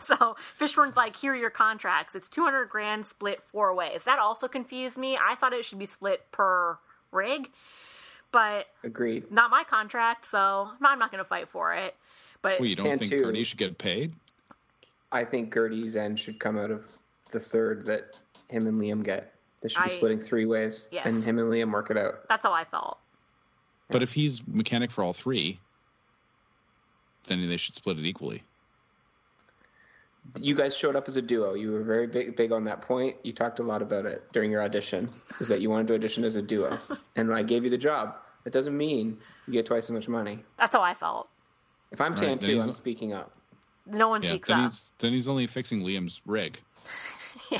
A: So Fishburne's like, here are your contracts. It's 200 grand split four ways. That also confused me. I thought it should be split per rig, but
B: Agreed.
A: not my contract, so I'm not going to fight for it. But
C: Well, you don't think
B: Cantu.
C: Gertie should get paid?
B: I think Gertie's end should come out of the third that him and Liam get. They should be
A: I-
B: splitting three ways,
A: Yes.
B: and him and Liam work it out.
A: that's how I felt.
C: But if he's mechanic for all three, then they should split it equally.
B: You guys showed up as a duo. You were very big, big on that point. You talked a lot about it during your audition. Is that you wanted to audition as a duo, and I gave you the job. That doesn't mean you get twice as much money.
A: That's how I felt.
B: If I'm
C: Right,
B: Tan
C: then
B: too,
C: he's-
B: I'm speaking up.
A: No one
C: Yeah,
A: speaks
C: then
A: up.
C: he's then he's only fixing Liam's rig.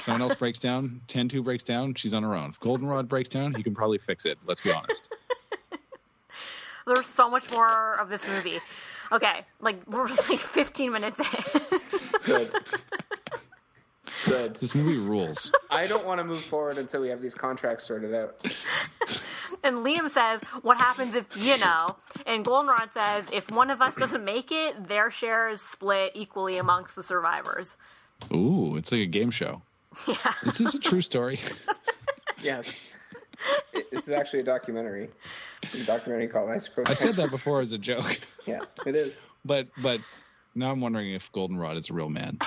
C: Someone else breaks down, 10-2 breaks down, she's on her own. If Goldenrod breaks down, he can probably fix it. Let's be honest.
A: There's so much more of this movie. Okay, like we're like 15 minutes in.
B: Good. Good.
C: This movie rules.
B: I don't want to move forward until we have these contracts sorted out.
A: And Liam says, What happens if you know? And Goldenrod says, If one of us doesn't make it, their share is split equally amongst the survivors.
C: Ooh, it's like a game show. Yeah. This is a true story.
B: Yes. It- This is actually a documentary. A documentary called Ice Crow.
C: I said that before as a joke.
B: Yeah, it is.
C: But but now I'm wondering if Goldenrod is a real man.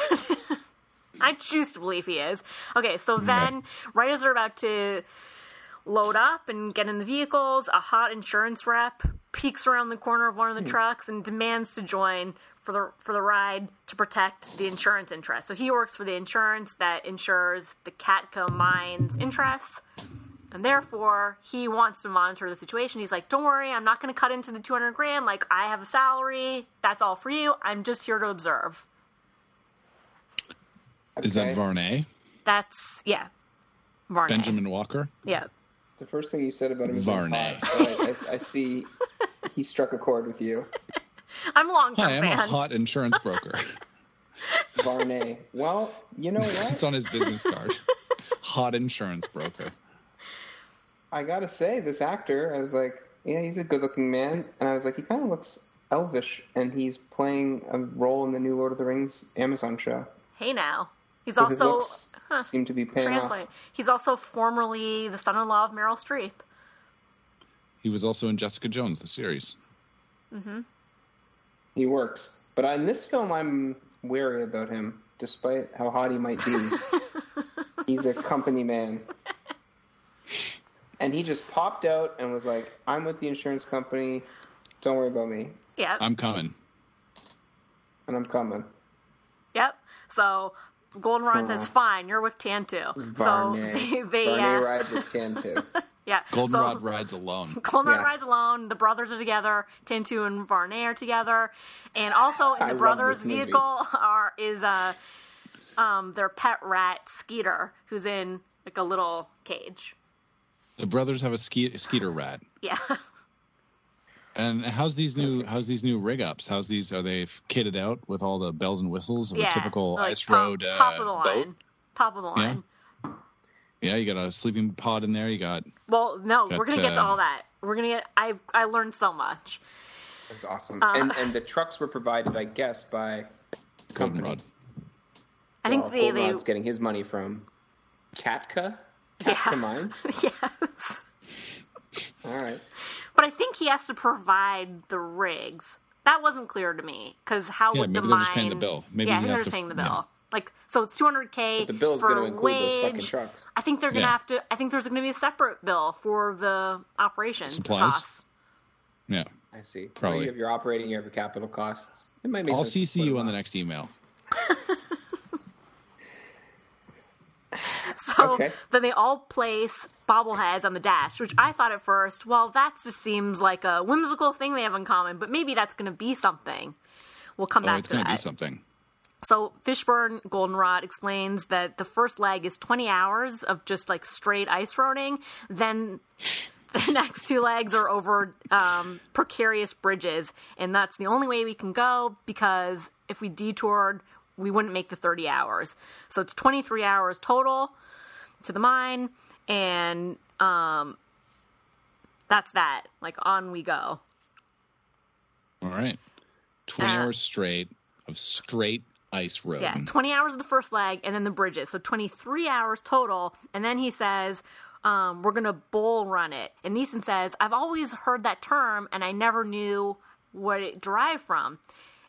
A: I choose to believe he is. Okay, so then, right as they're about to load up and get in the vehicles, a hot insurance rep peeks around the corner of one of the trucks and demands to join for the for the ride to protect the insurance interest. So he works for the insurance that insures the Catco mine's interests. And therefore, he wants to monitor the situation. He's like, "Don't worry, I'm not going to cut into the 200 grand. Like, I have a salary. That's all for you. I'm just here to observe."
C: Is that
B: Okay.
C: Varney?
A: That's yeah, Varney.
C: Benjamin Walker?
A: Yeah.
B: The first thing you said about him is
C: Varney.
B: Varney. I, I see he struck a chord with you.
A: I'm a long term
C: Hi, I'm
A: fan.
C: a hot insurance broker.
B: Varney. Well, you know
C: it's
B: what?
C: on his business card. hot insurance broker.
B: I gotta say, this actor, I was like, yeah, he's a good-looking man, and I was like, he kind of looks elvish, and he's playing a role in the new Lord of the Rings Amazon show.
A: Hey now. He's
B: So his
A: also
B: looks uh, seem to be paying
A: translate.
B: off.
A: He's also formerly the son in law of Meryl Streep.
C: He was also in Jessica Jones, the series.
B: He works, but in this film, I'm wary about him, despite how hot he might be. he's a company man. And he just popped out and was like, "I'm with the insurance company. Don't worry about me.
A: Yeah.
C: I'm coming.
B: And I'm coming."
A: Yep. So Golden Rod says,
B: Aw.
A: "Fine, you're with Tantu."
B: Varney.
A: So they, they
B: Varney
A: uh,
B: rides with Tantu.
A: yeah.
C: Goldenrod
A: so,
C: rides alone.
A: Goldenrod
B: Yeah.
A: rides alone. The brothers are together. Tantu and Varney are together, and also in
B: I
A: the
B: love
A: brothers'
B: this movie.
A: vehicle are is uh, um, their pet rat Skeeter, who's in like a little cage.
C: The brothers have a ske- skeeter rat.
A: Yeah.
C: And how's these new? How's these new rig ups? How's these? Are they kitted out with all the bells and whistles of
A: yeah.
C: a typical
A: Like,
C: ice
A: top,
C: road uh,
A: top of the line.
C: boat?
A: Top of the line.
C: Yeah, you got a sleeping pod in there. You got
A: Well, no, we're gonna get to
C: Gotcha.
A: all that. We're gonna get. I I learned so much.
B: That's awesome.
A: Uh,
B: and and the trucks were provided, I guess, by company.
C: goldenrod.
A: I think
B: Well,
A: they they
B: Goldenrod's getting his money from Katka.
A: Yeah.
B: Katka Mines.
A: yes.
B: All right.
A: But I think he has to provide the rigs. That wasn't clear to me because how
C: Yeah,
A: would the
C: maybe
A: mine?
C: they're just paying the bill. Maybe
A: yeah, I
C: he
A: think they're
C: has
A: just
C: to-
A: paying the bill.
C: yeah.
A: Like, so it's two hundred k.
B: But the bill's
A: going
B: going to include
A: wage.
B: those fucking trucks.
A: I think they're going to
C: Yeah.
A: have to. I think there's going to be a separate bill for the operations
C: Supplies?
A: costs.
C: Yeah,
B: I see.
C: Probably.
B: You have your operating, you have your capital costs. It might make
C: I'll
B: sense to
C: CC
B: split
C: you
B: them
C: on the
B: up.
C: next email. Oh,
A: So
B: Okay.
A: then they all place bobbleheads on the dash, which I thought at first, well, that just seems like a whimsical thing they have in common, but maybe that's going to be something. We'll come
C: Oh,
A: back
C: it's
A: to
C: going to be
A: that.
C: something.
A: So Fishburne Goldenrod explains that the first leg is 20 hours of just like straight ice roading. Then the next two legs are over um, precarious bridges, and that's the only way we can go because if we detoured, we wouldn't make the 30 hours. So it's 23 hours total to the mine, and um, that's that. Like on we go.
C: All right, twenty
A: Uh,
C: hours straight of straight ice road.
A: Yeah, 20 hours of the first leg and then the bridges. So 23 hours total. And then he says, um, we're going to bull run it. And Neeson says, I've always heard that term and I never knew what it derived from.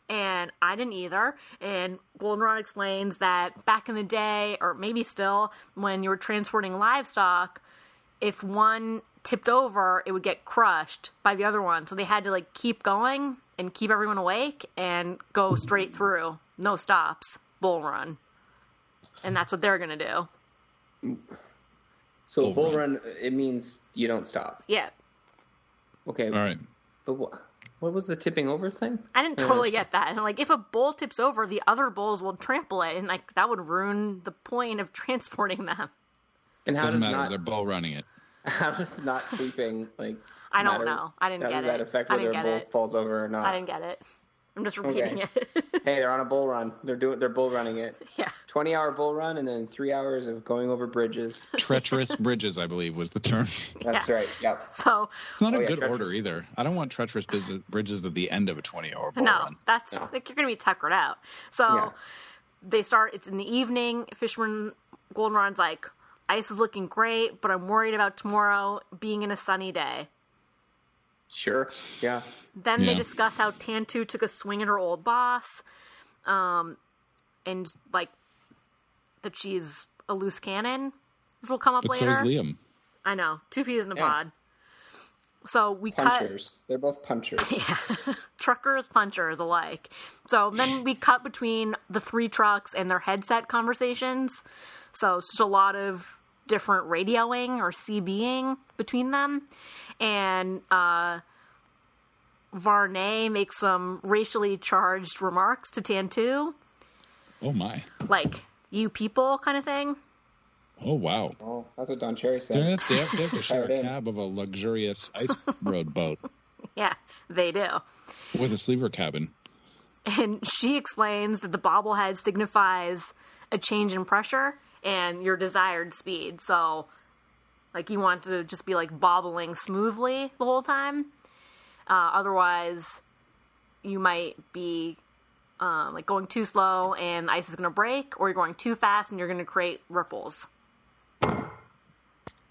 A: And I didn't either. And Goldenrod explains that back in the day, or maybe still, when you were transporting livestock, if one tipped over, it would get crushed by the other one. So they had to like keep going and keep everyone awake and go straight through, no stops, bull run. And that's what they're going to do.
B: So
C: Bull
B: bull
C: run.
B: run, it means you don't stop.
A: Yeah.
B: Okay.
C: All right.
B: But what, what was the tipping over thing?
A: I didn't totally get that. And like if a bull tips over, the other bulls will trample it and like that would ruin the point of transporting them.
B: And how
C: Doesn't
B: does
C: matter.
B: not
C: They're bow running it.
B: how does not sleeping like?
A: I don't
B: matter?
A: know. I didn't
B: how
A: get
B: does that
A: it.
B: affect
A: I
B: whether
A: didn't
B: a
A: get
B: bull
A: it.
B: falls over or not?
A: I didn't get it. I'm just repeating it.
B: Hey, they're on a bull run. They're doing. They're bull running it.
A: yeah.
B: Twenty hour bull run and then three hours of going over bridges.
C: Treacherous bridges, I believe, was the term.
B: That's
A: Yeah.
B: right. Yep.
A: So
C: It's not
B: Oh,
C: a
B: yeah,
C: good
B: treacherous.
C: order either. I don't want treacherous business bridges at the end of a twenty-hour bull
A: no,
C: run.
A: that's like you're gonna be tuckered out. So
B: Yeah.
A: they start. It's in the evening. Fisherman Goldenrod's like, ice is looking great, but I'm worried about tomorrow being in a sunny day.
B: Sure. Yeah.
A: Then they
C: Yeah.
A: discuss how Tantu took a swing at her old boss, um, and like that she's a loose cannon, which will come up
C: But so
A: later.
C: is Liam.
A: I know, two peas in a
B: Yeah.
A: pod. So we cut.
B: Punchers. They're both punchers.
A: truckers punchers alike so then we cut between the three trucks and their headset conversations so it's just a lot of different radioing or cbing between them and uh Varney makes some racially charged remarks to Tantu,
C: Oh my.
A: like "you people" kind of thing.
C: Oh wow.
B: Oh, that's what Don Cherry
C: They
B: said.
C: have, they have- they have to share
B: Fired
C: a
B: in.
C: cab of a luxurious ice road boat.
A: yeah, they do.
C: with a sleeper cabin.
A: And she explains that the bobblehead signifies a change in pressure and your desired speed. So, like, you want to just be like bobbling smoothly the whole time. Uh, otherwise, you might be um, like going too slow and ice is going to break, or you're going too fast and you're going to create ripples.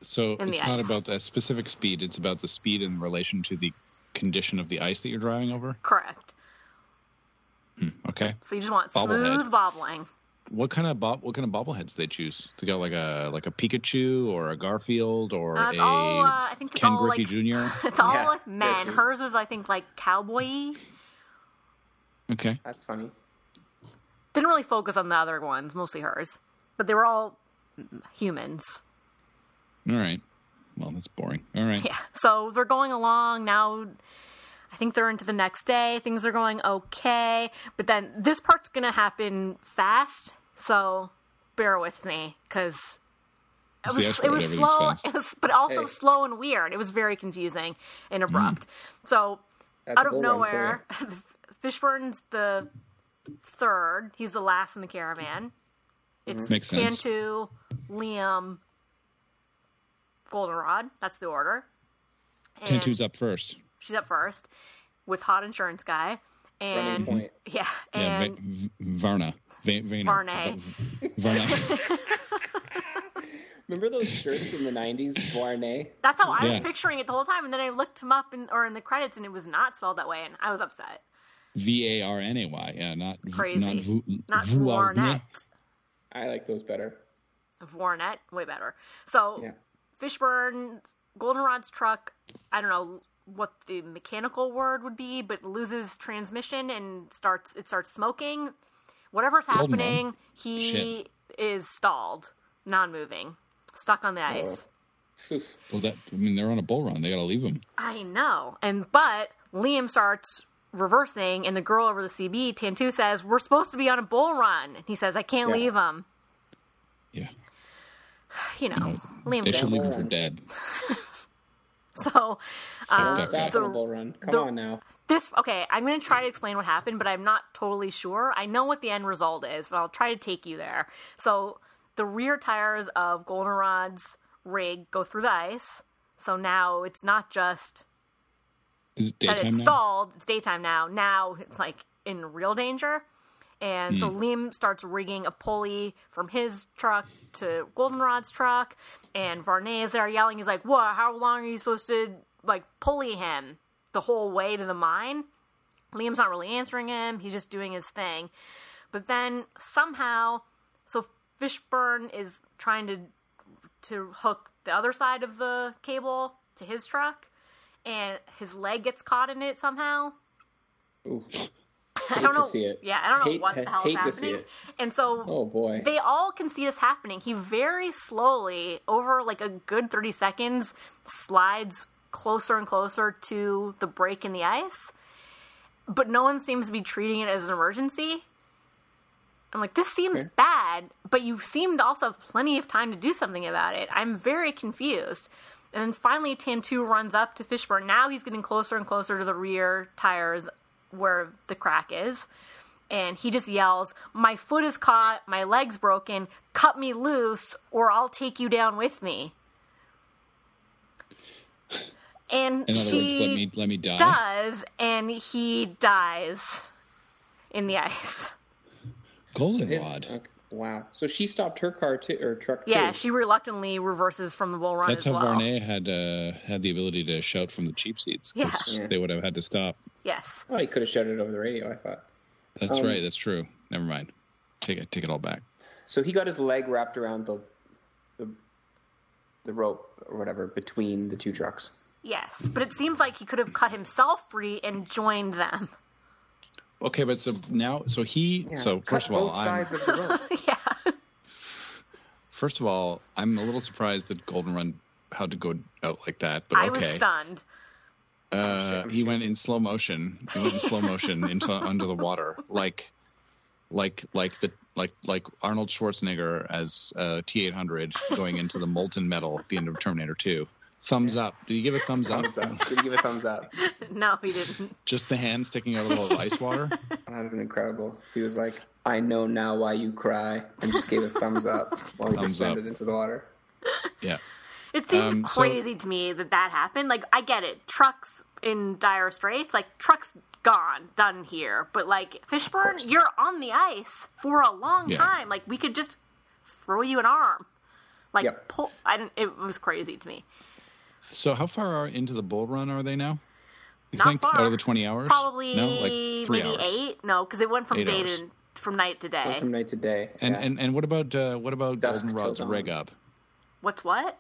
C: So
A: In the
C: it's not
A: ice.
C: about the specific speed; it's about the speed in relation to the condition of the ice that you're driving over.
A: Correct.
C: Okay.
A: So, you just want
C: Bobblehead.
A: smooth bobbling.
C: What kind of bob? What kind of bobbleheads they choose? They got like a like a Pikachu or a Garfield or
A: Uh,
C: a
A: it's all, uh, I think it's
C: Ken
A: all,
C: Griffey Jr.
A: It's all
B: Yeah.
A: like men. Hers was, I think, like cowboy.
C: Okay.
B: That's funny.
A: didn't really focus on the other ones, mostly hers. But they were all humans.
C: All right. Well, that's boring. All right.
A: Yeah. So they're going along now. I think they're into the next day. Things are going okay. But then this part's going to happen fast. So bear with me because it
C: It's the
A: was,
C: F
A: it
C: word,
A: was
C: everything's
A: slow,
C: fast.
A: it was, but also
B: Hey.
A: slow and weird. It was very confusing and abrupt. So
B: That's
A: out
B: a
A: of
B: bull run for
A: nowhere, Fishburne's the third. He's the last in the caravan. It's
C: Makes sense.
A: Cantu, Liam, Goldenrod. That's the order. And
C: Tantu's up first.
A: She's up first with Hot Insurance Guy.
B: Running
A: And
B: point.
A: yeah,
C: Yeah,
A: and
C: v- v- Varna. V- Vayner.
A: Varney.
C: V- Varna.
B: Remember those shirts in the '90s, Varney?
A: that's how I was
C: Yeah.
A: picturing it the whole time. And then I looked him up in, or in the credits, and it was not spelled that way, and I was upset.
C: V A R N A Y. Yeah, not v-
A: Crazy.
C: Not, v-
A: Not
C: Varna.
A: Varnett.
B: I like those better.
A: Vornet, way better. So
B: Yeah.
A: Fishburne, Goldenrod's truck, I don't know what the mechanical word would be, but loses transmission and starts it starts smoking. Whatever's
C: Goldenrod?
A: happening, he is stalled, non-moving, stuck on the ice.
B: Oof.
C: Well, that I mean, they're on a bull run. They got to leave him.
A: I know. And but Liam starts reversing and the girl over the CB, Tantu says, "We're supposed to be on a bull run." And he says, "I can't
B: Yeah.
A: leave him."
C: Yeah.
A: You know, Liam.
C: They should leave him for
B: Varna.
C: dead.
A: So,
B: Don't
C: Okay.
B: stop on
A: Uh, the-
B: a bull run. Come
A: the-
B: on now.
A: this okay i'm going to try to explain what happened but i'm not totally sure i know what the end result is but i'll try to take you there so the rear tires of goldenrod's rig go through the ice so now it's not just
C: Is it
A: that
C: daytime
A: it's
C: now?
A: stalled it's daytime now now it's like in real danger and
C: Hmm.
A: so Liam starts rigging a pulley from his truck to Goldenrod's truck, and Varney is there yelling. He's like, "What? How long are you supposed to like pulley him the whole way to the mine?" Liam's not really answering him. He's just doing his thing. But then somehow, so Fishburne is trying to to hook the other side of the cable to his truck, and his leg gets caught in it somehow.
B: Ooh.
A: I
B: Hate
A: don't
B: to
A: know.
B: see it.
A: Yeah, I don't know
B: Hate
A: what
B: to-
A: the hell is
B: hate to see
A: happening.
B: it.
A: And so
B: Oh boy.
A: they all can see this happening. He very slowly, over like a good 30 seconds, slides closer and closer to the break in the ice. But no one seems to be treating it as an emergency. I'm like, this seems
B: Okay.
A: bad, but you seem to also have plenty of time to do something about it. I'm very confused. And then finally, Tantu runs up to Fishburne. Now he's getting closer and closer to the rear tires where the crack is and he just yells, My foot is caught, my leg's broken, cut me loose, or I'll take you down with me. And
C: In other
A: she
C: words, let me let me die.
A: does, and he dies in the ice.
B: Is-
C: Goldenrod.
B: okay, Wow. So she stopped her car too, or truck too.
A: Yeah, she reluctantly reverses from the bull run
C: That's
A: as
C: how
A: well.
C: Varney had uh, had the ability to shout from the cheap seats 'cause
B: Yeah.
C: they would have had to stop.
A: Yes.
B: Oh, he could have shouted it over the radio. I thought.
C: That's
B: Um,
C: right. That's true. Never mind. Take it. Take it all back.
B: So he got his leg wrapped around the, the, the rope or whatever between the two trucks.
A: Yes. But it seems like he could have cut himself free and joined them.
C: Okay, but so now, so he. so
B: Cut
C: first of all,
B: both
C: I'm
B: sides of the rope.
A: yeah.
C: first of all, I'm a little surprised that Golden Run had to go out like that. But
A: I was
C: okay,
A: stunned.
C: uh, he went in slow motion. He went in slow motion into under the water, like, like, like the like like Arnold Schwarzenegger as uh, T800 going into the molten metal at the end of Terminator 2. Thumbs up. Did you give a thumbs up?
B: Thumbs up. Should give a thumbs up.
A: no, he didn't.
C: Just the hand sticking out of the little ice water.
B: That would have been incredible. He was like, I know now why you cry, and just gave a thumbs up while he
C: Thumbs
B: descended
C: up.
B: into the water.
C: Yeah.
A: It seems
C: Um, so-
A: crazy to me that that happened. Like, I get it. Trucks in dire straits. Like, trucks gone, done here. But, like, Fishburne, you're on the ice for a long
C: Yeah.
A: time. Like, we could just throw you an arm. Like,
B: Yep.
A: pull. I didn't, it was crazy to me.
C: So how far are into the bull run are they now? You
A: Not
C: think
A: far.
C: out of the twenty hours?
A: Probably
C: no, like three
A: maybe
C: hours.
A: eight. No, because it went from
C: Eight
A: day
C: hours.
A: to, from night to day.
B: From night to day.
C: And
B: yeah.
C: and and what about uh, what about
B: Dusk till
C: Goldenrod's
B: dawn.
C: rig up?
A: What's what?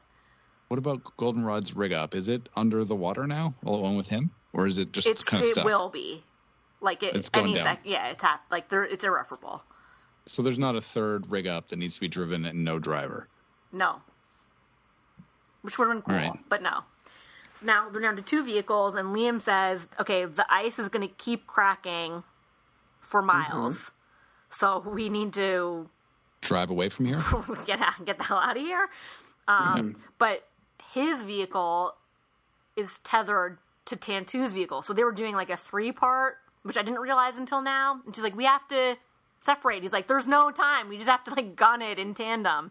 C: What about Goldenrod's rig up? Is it under the water now, along with him, or is it just
A: It's
C: kind of
A: it
C: stuck?
A: will be. Like it,
C: It's going
A: any
C: down.
A: sec. Yeah, it's hap- like there. It's irreparable.
C: So there's not a third rig up that needs to be driven and no driver.
A: No. Which would have been cool,
C: All right.
A: but no. So now they're down to two vehicles, and Liam says, okay, the ice is going to keep cracking for
C: Mm-hmm.
A: miles. So we need to
C: Drive away from here.
A: get out, get the hell out of here. Um,
C: Mm-hmm.
A: But his vehicle is tethered to Tantu's vehicle, so they were doing like a three part, which I didn't realize until now. And she's like, "We have to separate." He's like, "There's no time. We just have to like gun it in tandem."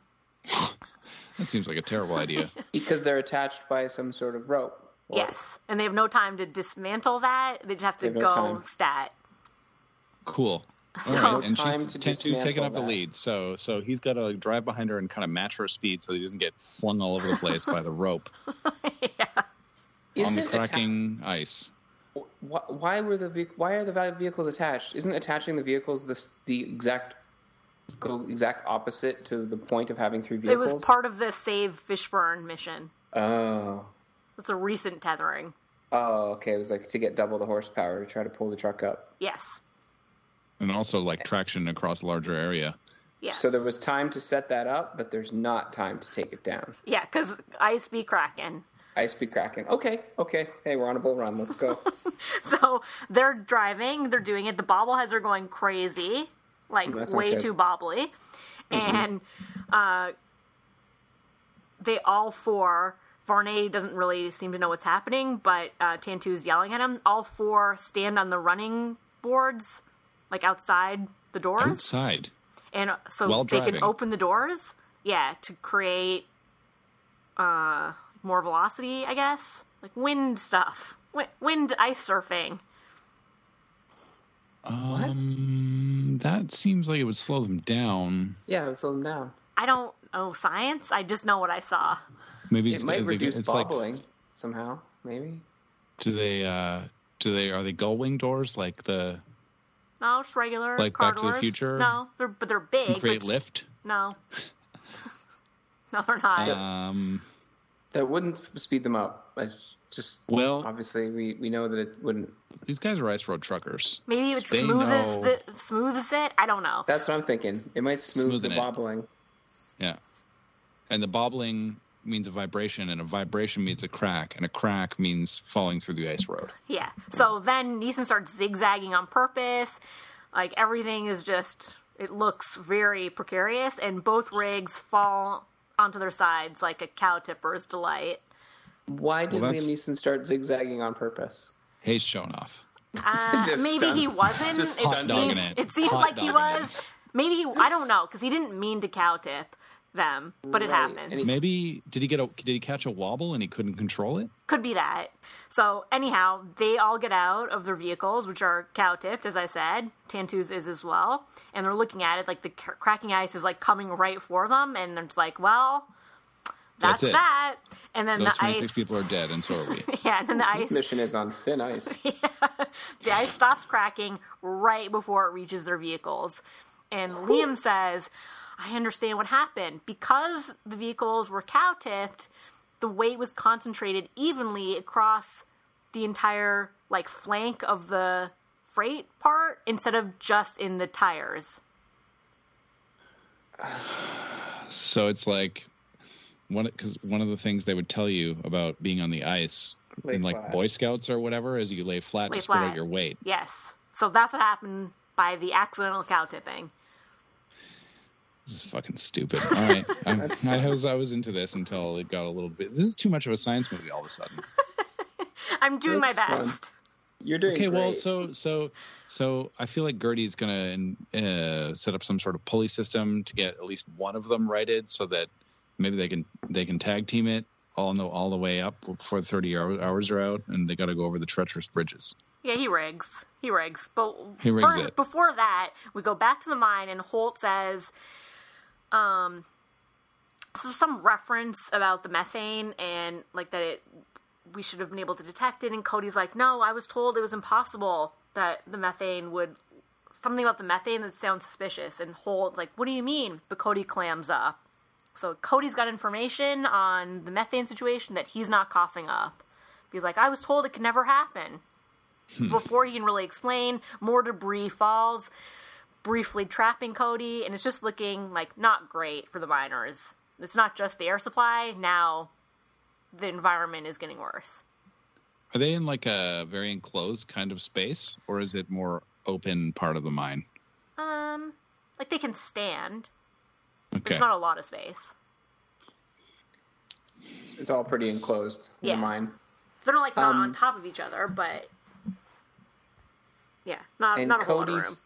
C: That seems like a terrible idea.
B: because they're attached by some sort of rope. Or-
A: Yes, and they have no time to dismantle that. They just have to
B: They have no
A: go
B: time.
A: stat.
C: Cool. All
A: So-
C: right, and
B: No time
C: she's
B: to
C: Tantu's taking
B: dismantle
C: up the
B: that.
C: lead, so so he's got to drive behind her and kind of match her speed so he doesn't get flung all over the place by the rope on
B: Isn't
C: the
B: atta-
C: cracking ice.
B: wh- why were the vehi- why are the va- vehicles attached? Isn't attaching the vehicles the s- the exact go exact opposite to the point of having three
A: It
B: vehicles?
A: was part of the Save Fishburne mission.
B: Oh,
A: That's a recent tethering.
B: oh, okay. It was like to get double the horsepower to try to pull the truck up.
A: Yes.
C: and also like traction across a larger area.
A: Yeah.
B: So there was time to set that up, but there's not time to take it down.
A: yeah, because ice be cracking.
B: Ice be cracking. Okay, okay. Hey, we're on a bull run. Let's go.
A: So they're driving, they're doing it. The bobbleheads are going crazy, like
B: That's not
A: way
B: good.
A: too bobbly. And uh, they all four, Varney doesn't really seem to know what's happening, but uh, Tantu's yelling at him. All four stand on the running boards, like outside the doors.
C: Outside.
A: And uh, so
C: While
A: they can
C: driving.
A: open the doors, yeah, to create uh, more velocity, I guess. Like wind stuff, Wi- wind ice surfing.
C: Um, that seems like it would slow them down.
B: yeah, and slow them down.
A: I don't know science. I just know what I saw.
C: Maybe
B: It
C: it's,
B: might
C: they-
B: reduce
C: it's like
B: bobbling somehow. Maybe.
C: do they uh do they are they gull wing doors like the
A: No, just regular
C: Like
A: car
C: Back to the
A: doors.
C: Future?
A: No, they're but they're big.
C: create
A: but-
C: lift?
A: No, no, they're not.
C: Um,
B: That wouldn't speed them up. I just
C: Well-
B: obviously we, we know that it wouldn't.
C: these guys are ice road truckers.
A: Maybe it
C: They
A: smooths
C: know.
A: the, smooths it. I don't know.
B: That's what I'm thinking. It might smooth
C: Smoothen
B: the
C: it.
B: bobbling.
C: Yeah, and the bobbling means a vibration, and a vibration means a crack, and a crack means falling through the ice road.
A: Yeah. So then Neeson starts zigzagging on purpose. Like everything is just it looks very precarious and both rigs fall onto their sides like a cow tipper's delight.
B: Why did
C: Well,
B: Liam
C: that's-
B: Neeson start zigzagging on purpose?
C: Hayes shown off.
A: Uh,
B: Just
A: maybe he
B: stunts.
A: wasn't.
B: Just
A: it,
B: hot dogging
A: seemed,
C: it.
A: it seemed
C: Hot
A: like he
C: dogging
A: was.
C: it.
A: Maybe he I don't know cuz he didn't mean to cow tip them, but it
B: Right.
A: happens.
B: And he-
C: Maybe did he get a did he catch a wobble and he couldn't control it?
A: Could be that. So, anyhow, they all get out of their vehicles, which are cow tipped, as I said. Tantu's is as well. And they're looking at it like the cr- cracking ice is like coming right for them. And they're just like, well, that's,
C: That's it.
A: that. And then
C: Those
A: the
C: twenty
A: ice.
C: six people are dead, and so are we.
A: yeah, and then the
B: This
A: ice,
B: mission is on thin ice.
A: the ice stops cracking right before it reaches their vehicles. And Liam says, I understand what happened. Because the vehicles were cow tipped, the weight was concentrated evenly across the entire like flank of the freight part instead of just in the tires.
C: So it's like one because one of the things they would tell you about being on the ice
B: Lay
C: in like
B: flat.
C: Boy Scouts or whatever is you lay flat
A: Lay
C: to spread
A: flat.
C: out your weight.
A: Yes. So that's what happened by the accidental cow tipping.
C: This is fucking stupid. All right, I, I was I was into this until it got a little bit. This is too much of a science movie all of a sudden.
A: I'm doing my
B: That's fun.
A: best.
B: You're doing
C: Okay,
B: great.
C: well, so so so I feel like Gertie's gonna uh, set up some sort of pulley system to get at least one of them righted, so that maybe they can they can tag team it all the all the way up before the thirty hour, hours are out, and they got to go over the treacherous bridges.
A: Yeah, he rigs. He rigs. But
C: He rigs
A: fir-
C: it.
A: before that, we go back to the mine, and Holt says, um, so there's some reference about the methane and like that it we should have been able to detect it. And Cody's like, no, I was told it was impossible that the methane would something about the methane that sounds suspicious. And Holt's like, what do you mean? But Cody clams up. So Cody's got information on the methane situation that he's not coughing up. He's like, I was told it could never happen Mm-hmm. before he can really explain, more debris falls, briefly trapping Cody, and it's just looking like not great for the miners. It's not just the air supply, now the environment is getting worse.
C: Are they in like a very enclosed kind of space, or is it more open part of the mine?
A: Um like they can stand. but
C: Okay,
A: It's not a lot of space.
B: it's all pretty enclosed.
A: Yeah.
B: Yeah. Mine.
A: They're not like not
B: Um,
A: on top of each other, but yeah, not
B: And
A: not a whole lot of room.
B: Cody's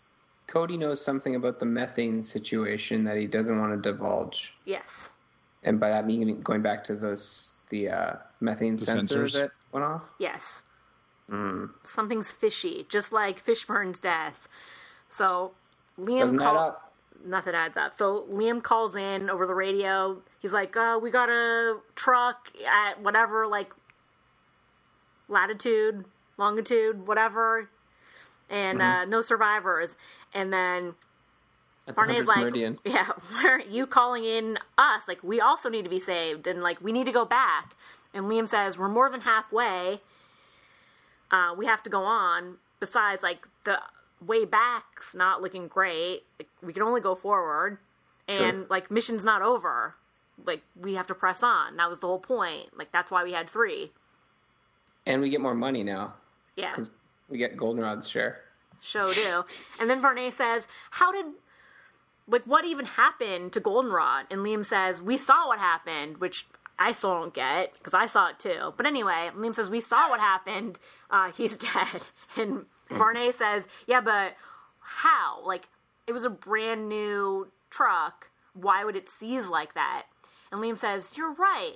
B: Cody knows something about the methane situation that he doesn't want to divulge.
A: Yes.
B: and by that meaning going back to those the uh, methane
C: The
B: sensor
C: sensors?
B: that went off.
A: Yes.
B: Mm.
A: Something's fishy, just like Fishburne's death. So Liam
B: Doesn't
A: call-
B: add up.
A: nothing adds up. So Liam calls in over the radio. He's like, uh, "We got a truck at whatever like latitude, longitude, whatever, and uh, no survivors." And then
B: At the
A: Barney's
B: 100th
A: like,
B: meridian.
A: "Yeah, why aren't you calling in us? Like, we also need to be saved, and like we need to go back." And Liam says, "We're more than halfway. Uh, we have to go on. Besides, like the way back's not looking great. Like, we can only go forward, and
B: Sure.
A: like mission's not over. Like we have to press on. That was the whole point. Like that's why we had three.
B: and we get more money now
A: Yeah,
B: because we get Goldenrod's share.
A: show do. And then Varney says, How did like what even happened to Goldenrod? And Liam says, We saw what happened, which I still don't get because I saw it too. But anyway, Liam says, We saw what happened. Uh, he's dead. And Varney says, Yeah, but how? Like, it was a brand new truck. Why would it seize like that? And Liam says, You're right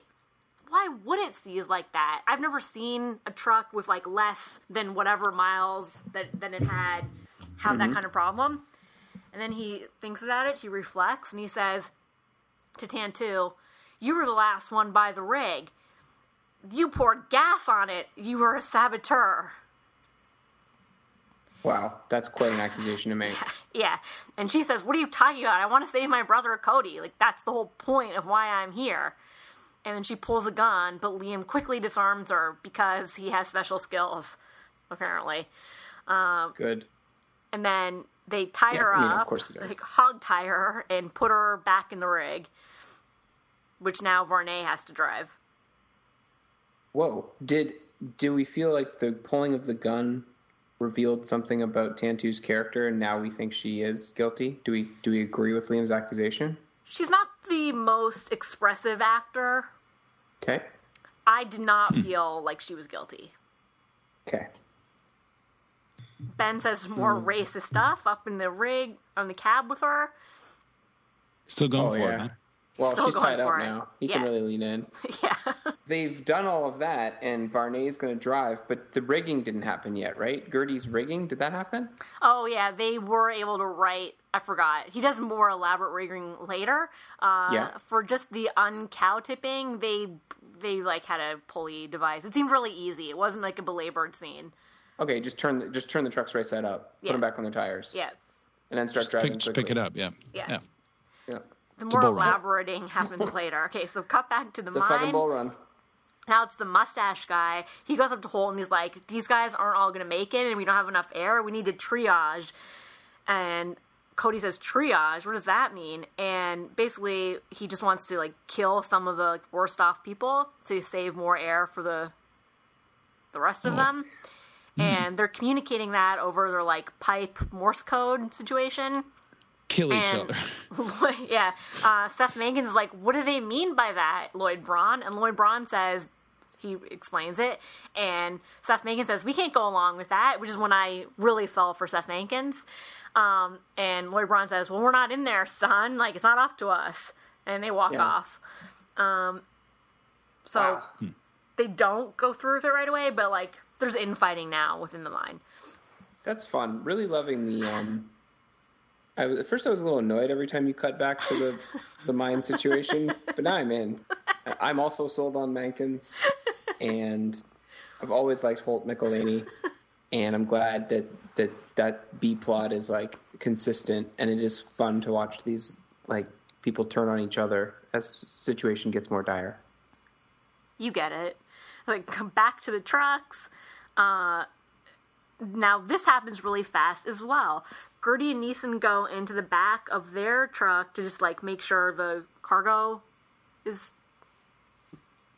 A: why would it seize like that? I've never seen a truck with like less than whatever miles that than it had have that kind of problem. And then he thinks about it, he reflects, and he says to Tantu, You were the last one by the rig. You poured gas on it. You were a saboteur.
B: Wow, that's quite an accusation to make.
A: Yeah. And she says, What are you talking about? I want to save my brother Cody. Like, that's the whole point of why I'm here. And then she pulls a gun, but Liam quickly disarms her because he has special skills, apparently.
B: Good.
A: And then they tie
B: Yeah,
A: her
B: I mean,
A: up,
B: of course he does.
A: like hog tie her, and put her back in the rig, which now Varney has to drive.
B: Whoa. Did do we feel like the pulling of the gun revealed something about Tantu's character, and now we think she is guilty? Do we do we agree with Liam's accusation?
A: She's not the most expressive actor.
B: Okay.
A: I did not
B: Hmm.
A: feel like she was guilty.
B: Okay.
A: Ben says more
B: Hmm.
A: racist stuff up in the rig, on the cab with her.
C: still going
B: Oh
C: for it.
B: yeah.
C: Huh?
B: Well,
A: Still
B: she's
A: going
B: tied up
A: for it.
B: now. He can
A: Yeah.
B: really lean in.
A: yeah.
B: they've done all of that and Varney's going to drive, but the rigging didn't happen yet, right? Gertie's rigging, did that happen?
A: Oh yeah, they were able to write. I forgot. He does more elaborate rigging later. Uh,
B: Yeah.
A: For just the uncow tipping, they they like had a pulley device. It seemed really easy. It wasn't like a belabored scene.
B: Okay, just turn the, just turn the trucks right side up, put
A: Yeah.
B: them back on their tires,
A: Yeah.
B: and then start driving.
C: Pick, just pick it up. Yeah.
A: Yeah.
B: Yeah.
A: The
C: a
A: more
C: bull run.
A: elaborating happens later. Okay, so cut back to the
B: It's a fucking
A: mine.
B: bull run.
A: Now it's the mustache guy. He goes up to Holt and he's like, "These guys aren't all gonna make it, and we don't have enough air. We need to triage." And Cody says, "Triage? What does that mean?" And basically, he just wants to like kill some of the like, worst off people to save more air for the the rest of them. And they're communicating that over their like pipe Morse code situation.
C: kill each
A: And-
C: other.
A: yeah. Uh, Seth Mangan's like, what do they mean by that, Lloyd Braun? And Lloyd Braun says, he explains it. And Seth Mangan says, we can't go along with that, which is when I really fell for Seth Mangan's. Um, and Lloyd Braun says, well, we're not in there, son. Like, it's not up to us. And they walk
B: Yeah.
A: off. Um, so
B: Wow.
A: they don't go through with it right away, but like, there's infighting now within the line.
B: That's fun. Really loving the. Um, I was, at first, I was a little annoyed every time you cut back to the the mine situation, but now I'm in. I- I'm also sold on Mankins, and I've always liked Holt Nicolini, and I'm glad that that that B plot is like consistent, and it is fun to watch these like people turn on each other as situation gets more dire.
A: you get it. Like, come back to the trucks. Uh, now, this happens really fast as well. Gertie and Neeson go into the back of their truck to just, like, make sure the cargo is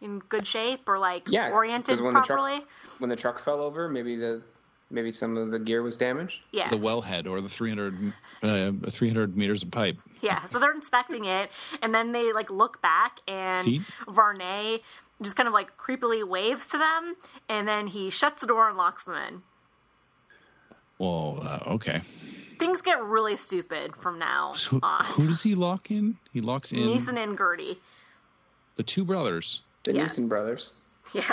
A: in good shape or, like,
B: Yeah, 'cause
A: oriented
B: when the truck-
A: properly.
B: When the truck fell over, maybe the maybe some of the gear was damaged.
A: yes.
C: The wellhead or the 300, uh, 300 meters of pipe.
A: Yeah, so they're inspecting it, and then they like look back, and
C: See?
A: Varney just kind of like creepily waves to them, and then he shuts the door and locks them in.
C: Well, uh, okay.
A: Things get really stupid from now
C: So
A: on.
C: who does he lock in? He locks in
A: Neeson and Gertie.
C: the two brothers.
B: The
A: Yeah.
B: Neeson brothers.
A: Yeah.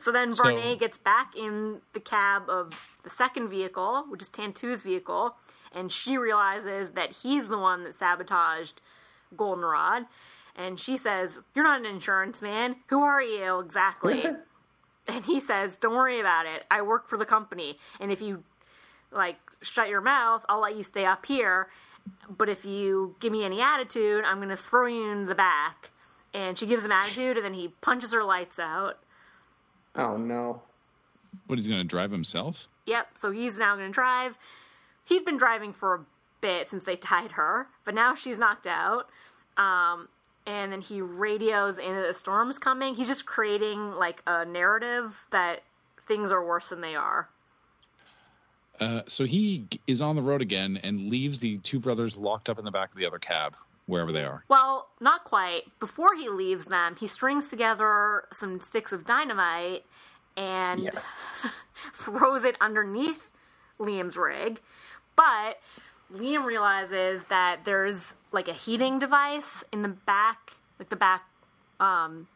A: so then
C: So-
A: Varney gets back in the cab of the second vehicle, which is Tantu's vehicle, and she realizes that he's the one that sabotaged Goldenrod. And she says, You're not an insurance man. Who are you exactly? and he says, Don't worry about it. I work for the company. And if you, like, shut your mouth, I'll let you stay up here. But if you give me any attitude, I'm going to throw you in the back. And she gives him attitude, and then he punches her lights out.
B: Oh no.
C: What, he's going to drive himself?
A: Yep, so he's now going to drive. He'd been driving for a bit since they tied her, but now she's knocked out. Um, and then he radios in that the storm's coming. He's just creating, like, a narrative that things are worse than they are.
C: Uh, so he g- is on the road again and leaves the two brothers locked up in the back of the other cab, wherever they are.
A: Well, not quite. Before he leaves them, he strings together some sticks of dynamite and
B: Yeah.
A: throws it underneath Liam's rig. But Liam realizes that there's like a heating device in the back, like the back um,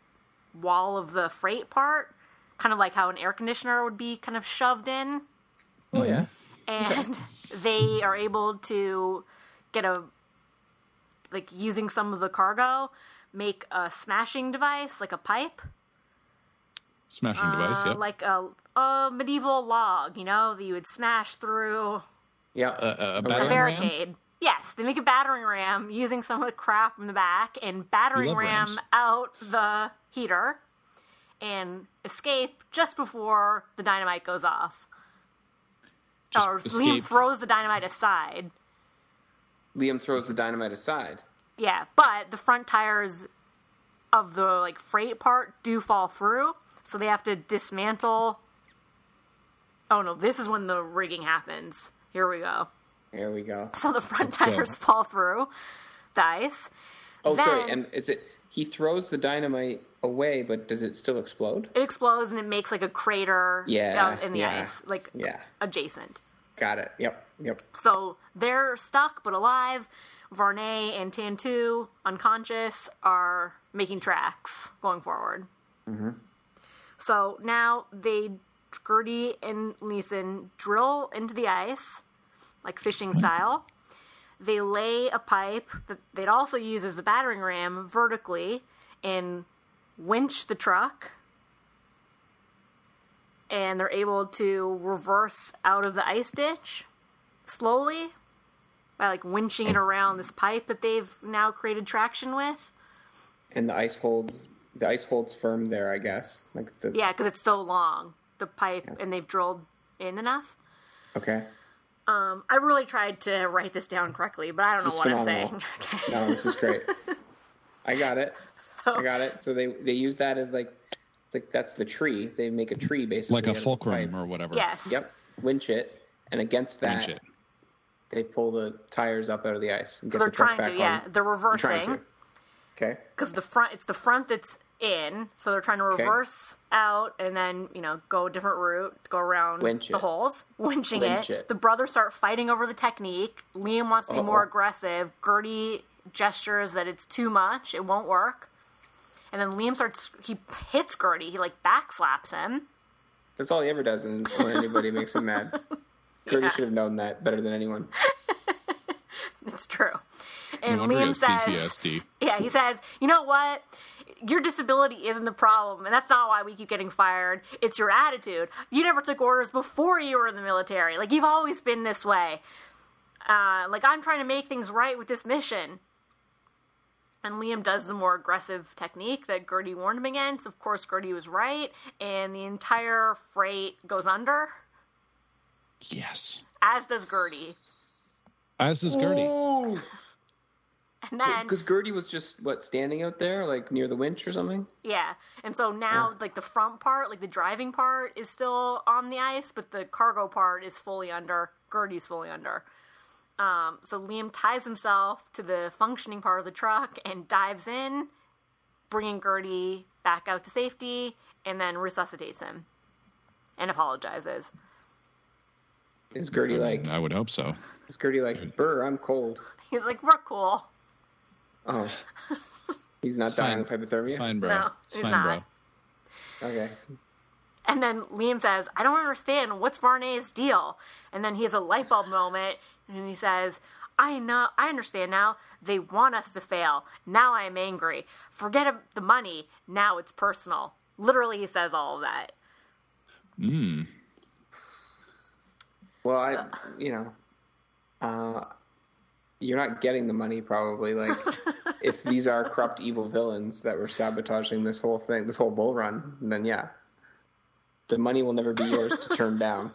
A: wall of the freight part, kind of like how an air conditioner would be kind of shoved in
B: Oh yeah.
A: and they are able to get a like using some of the cargo make a smashing device like a pipe
C: Smashing device,
A: uh,
C: yep.
A: like a, a medieval log you know that you would smash through
B: Yeah.
C: Uh, uh, a
A: a
C: battering ram?
A: barricade yes they make a battering ram using some of the crap in the back and battering
C: love
A: ram
C: rams.
A: out the heater and escape just before the dynamite goes off
C: Just
A: or Liam
C: escape.
A: throws the dynamite aside
B: Liam throws the dynamite aside.
A: Yeah, but the front tires of the like freight part do fall through, so they have to dismantle. Oh no, this is when the rigging happens. Here we go.
B: There we go.
A: So the front
C: go.
A: tires fall through. Dice.
B: Oh, sorry.
A: Then-
B: And is it he throws the dynamite away, but does it still explode?
A: It explodes and it makes like a crater
B: Yeah,
A: out in the
B: yeah,
A: ice, like
B: yeah.
A: adjacent.
B: Got it. Yep. Yep.
A: So they're stuck but alive. Varney and Tantu, unconscious, are making tracks going forward. So now they, Gertie and Neeson, drill into the ice, like fishing style. They lay a pipe that they'd also use as the battering ram vertically and winch the truck. And they're able to reverse out of the ice ditch slowly by like winching it around this pipe that they've now created traction with.
B: And the ice holds. The ice holds firm there, I guess. Like the.
A: Yeah, because it's so long, the pipe, and they've drilled in enough.
B: Okay.
A: Um, I really tried to write this down correctly, but I don't
B: This
A: know
B: is
A: what I'm
B: phenomenal.
A: saying. Okay.
B: No, this is great. I got it.
A: So-
B: I got it. So they they use that as like, it's like that's the tree. They make a tree basically.
C: Like a
B: out of the
C: fulcrum
B: pipe.
C: or whatever.
A: Yes.
B: Yep. Winch it, and against that,
C: Winch it.
B: They pull the tires up out of the ice and
A: So
B: get
A: they're
B: the truck
A: trying to,
B: back
A: yeah.
B: on.
A: They're
B: They're trying
A: reversing
B: to. Okay.
A: because the front, it's the front that's in. So they're trying to reverse out and then you know go a different route, go around
B: Winch
A: the
B: it.
A: holes, winching
B: Winch
A: it.
B: it.
A: The brothers start fighting over the technique. Liam wants to be more
B: Uh-oh.
A: aggressive. Gertie gestures that it's too much, it won't work. And then Liam starts. He hits Gertie. He like backslaps him.
B: That's all he ever does and when anybody makes him mad. Gertie should have known that better than anyone.
A: It's true. And
C: No wonder he
A: Liam
C: has
A: says,
C: PTSD.
A: Yeah, he says, you know what? Your disability isn't the problem, and that's not why we keep getting fired. It's your attitude. You never took orders before you were in the military. Like, you've always been this way. Uh, like, I'm trying to make things right with this mission. And Liam does the more aggressive technique that Gertie warned him against. Of course, Gertie was right, and the entire freight goes under,
C: Yes.
A: as does Gertie.
C: As does Gertie.
A: And then.
B: Because Gertie was just what standing out there, like near the winch or something.
A: Yeah. And so now like the front part, like the driving part is still on the ice, but the cargo part is fully under. Gertie's fully under. Um, so Liam ties himself to the functioning part of the truck and dives in, bringing Gertie back out to safety, and then resuscitates him and apologizes.
B: Is Gertie like?
C: I would hope so.
B: Is Gertie like? Burr, I'm cold.
A: He's like, "We're cool."
B: Oh, he's not dying of
C: It's
B: hypothermia.
C: fine, bro.
A: No,
C: it's
A: he's
C: fine,
A: not.
C: bro.
B: Okay.
A: And then Liam says, I don't understand. What's Varney's deal? And then he has a light bulb moment and he says, I know, I understand now. They want us to fail. Now I am angry. Forget ab- the money. Now it's personal. Literally, he says all of that.
C: Mm.
B: Well, I, you know, uh, you're not getting the money probably. Like, if these are corrupt, evil villains that were sabotaging this whole thing, this whole bull run, then yeah, the money will never be yours to turn down.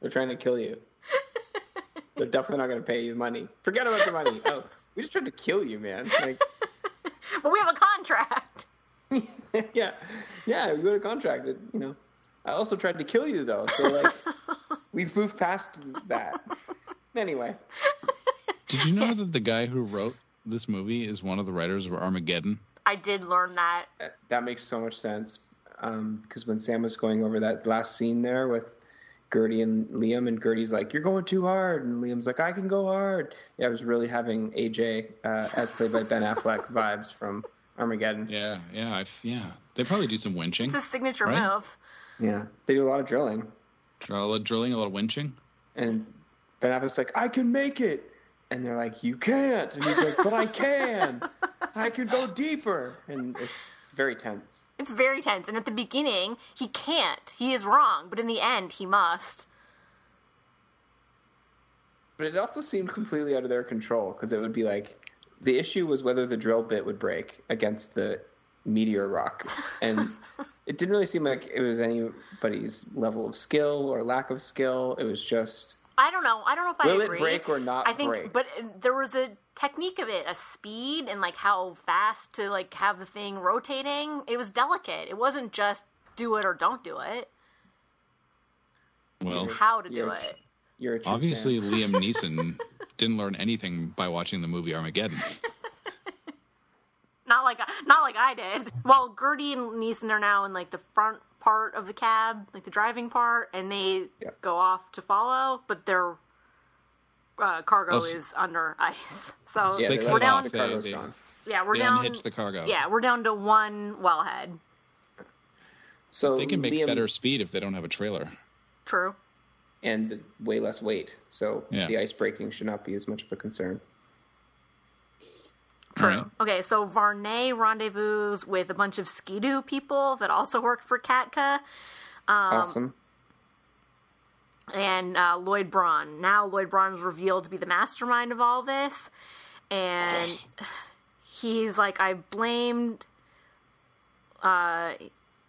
B: They're trying to kill you. They're definitely not going to pay you money. Forget about the money. Oh, we just tried to kill you, man. Like,
A: But we have a contract.
B: yeah, yeah, we got a contract. It, you know, I also tried to kill you though. So like, we've moved past that. Anyway.
C: Did you know that the guy who wrote this movie is one of the writers of Armageddon?
A: I did learn that.
B: that makes so much sense because when Sam was going over that last scene there with Gertie and Liam, and Gertie's like, "You're going too hard," and Liam's like, "I can go hard." Yeah, I was really having AJ, uh, as played by Ben Affleck, vibes from Armageddon. Yeah.
C: Yeah, yeah, I've, yeah. They probably do some winching.
A: It's his signature
C: Right.
A: move.
B: they do a lot of drilling,
C: A lot of drilling, a lot of winching.
B: and Ben Affleck's like, "I can make it," and they're like, "You can't," and he's like, "But I can. I can go deeper," and it's very tense.
A: It's very tense. And at the beginning, he can't. He is wrong. But in the end, he must.
B: But it also seemed completely out of their control because it would be like the issue was whether the drill bit would break against the meteor rock. And it didn't really seem like it was anybody's level of skill or lack of skill. It was just
A: I don't know. I don't know if
B: will
A: I
B: it
A: agree.
B: break or not
A: I think,
B: break?
A: but uh, there was a technique of it, a speed and like how fast to like have the thing rotating. It was delicate. It wasn't just do it or don't do it.
C: Well,
A: How to do
B: You're-
A: it.
B: you're a true fan.
C: obviously Liam Neeson didn't learn anything by watching the movie Armageddon.
A: Not like I- not like I did. Well, Gertie and Neeson are now in like the front part of the cab, like the driving part, and they
B: Yeah.
A: go off to follow, but their uh, cargo
C: Oh, s-
A: is under ice. So
B: Yeah,
C: they
B: they're
C: cut
A: we're
B: like, "Oh,
C: it
A: down.
C: off.
B: the cargo's
C: They- they-
B: gone.
A: Yeah, we're
C: They
A: down.
C: unhitched the cargo.
A: Yeah, we're down to one wellhead.
B: So
C: They can make
B: Liam,
C: better speed if they don't have a trailer.
A: True.
B: and way less weight. So
C: Yeah.
B: the ice breaking should not be as much of a concern.
A: True.
C: Alright.
A: Okay, so Varney rendezvous with a bunch of Skidoo people that also worked for Katka Um,
B: awesome.
A: and uh, Lloyd Braun. Now Lloyd Braun is revealed to be the mastermind of all this, and he's like, I blamed uh,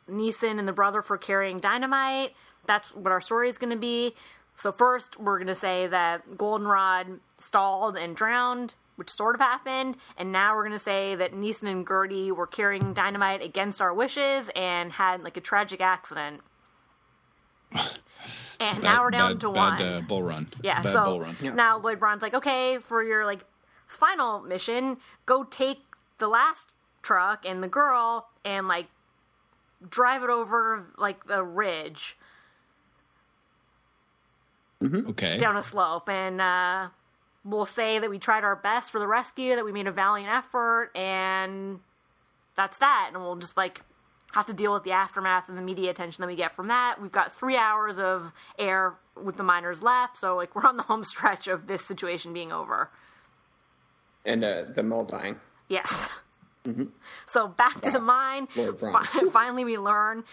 A: Neeson and the brother for carrying dynamite. That's what our story is going to be. So first, we're going to say that Goldenrod stalled and drowned, which sort of happened, and now we're going to say that Neeson and Gertie were carrying dynamite against our wishes and had like a tragic accident. And
C: Bad-
A: now we're down
C: bad-
A: to
C: bad,
A: one.
C: Uh, bull run. It's a
A: yeah,
C: bad
A: so
C: bull run.
A: now Lloyd Braun's like, okay, for your like final mission, go take the last truck and the girl and like drive it over like the ridge
C: Okay.
A: down a slope and uh we'll say that we tried our best for the rescue that we made a valiant effort and that's that and we'll just like have to deal with the aftermath and the media attention that we get from that we've got three hours of air with the miners left so like we're on the home stretch of this situation being over
B: And uh, the mole dying.
A: Yes. So back to the mine.
B: Lord Brown.
A: Fi- finally, we learn,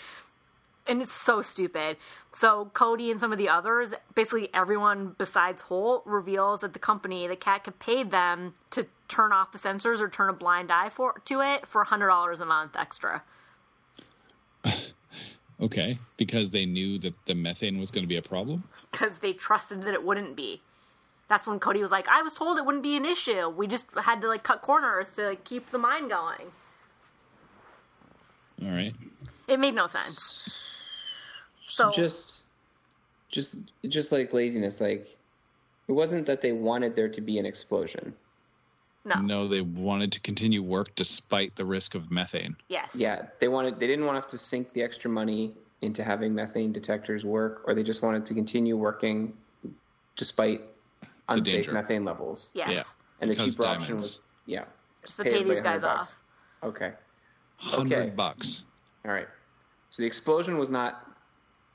A: and it's so stupid. So Cody and some of the others, basically everyone besides Holt, reveals that the company, the Katka, paid them to turn off the sensors or turn a blind eye for to it for hundred dollars a month extra.
C: Okay. Because they knew that the methane was going to be a problem.
A: because they trusted that it wouldn't be. That's when Cody was like, "I was told it wouldn't be an issue. We just had to like cut corners to like, keep the mine going."
C: All right.
A: It made no sense. So
B: just just just like laziness like it wasn't that they wanted there to be an explosion
A: no,
C: No, they wanted to continue work despite the risk of methane.
A: yes,
B: yeah they wanted they didn't want to have to sink the extra money into having methane detectors work or they just wanted to continue working despite unsafe
C: danger.
B: methane levels
A: yes.
C: Yeah.
B: and the
C: Because
B: cheaper option
C: diamonds.
B: was yeah
A: Just to
B: Pay
A: pay
B: everybody
A: these guys
B: 100
A: off.
B: bucks. okay
C: Hundred
B: Okay.
C: bucks.
B: all right so the explosion was not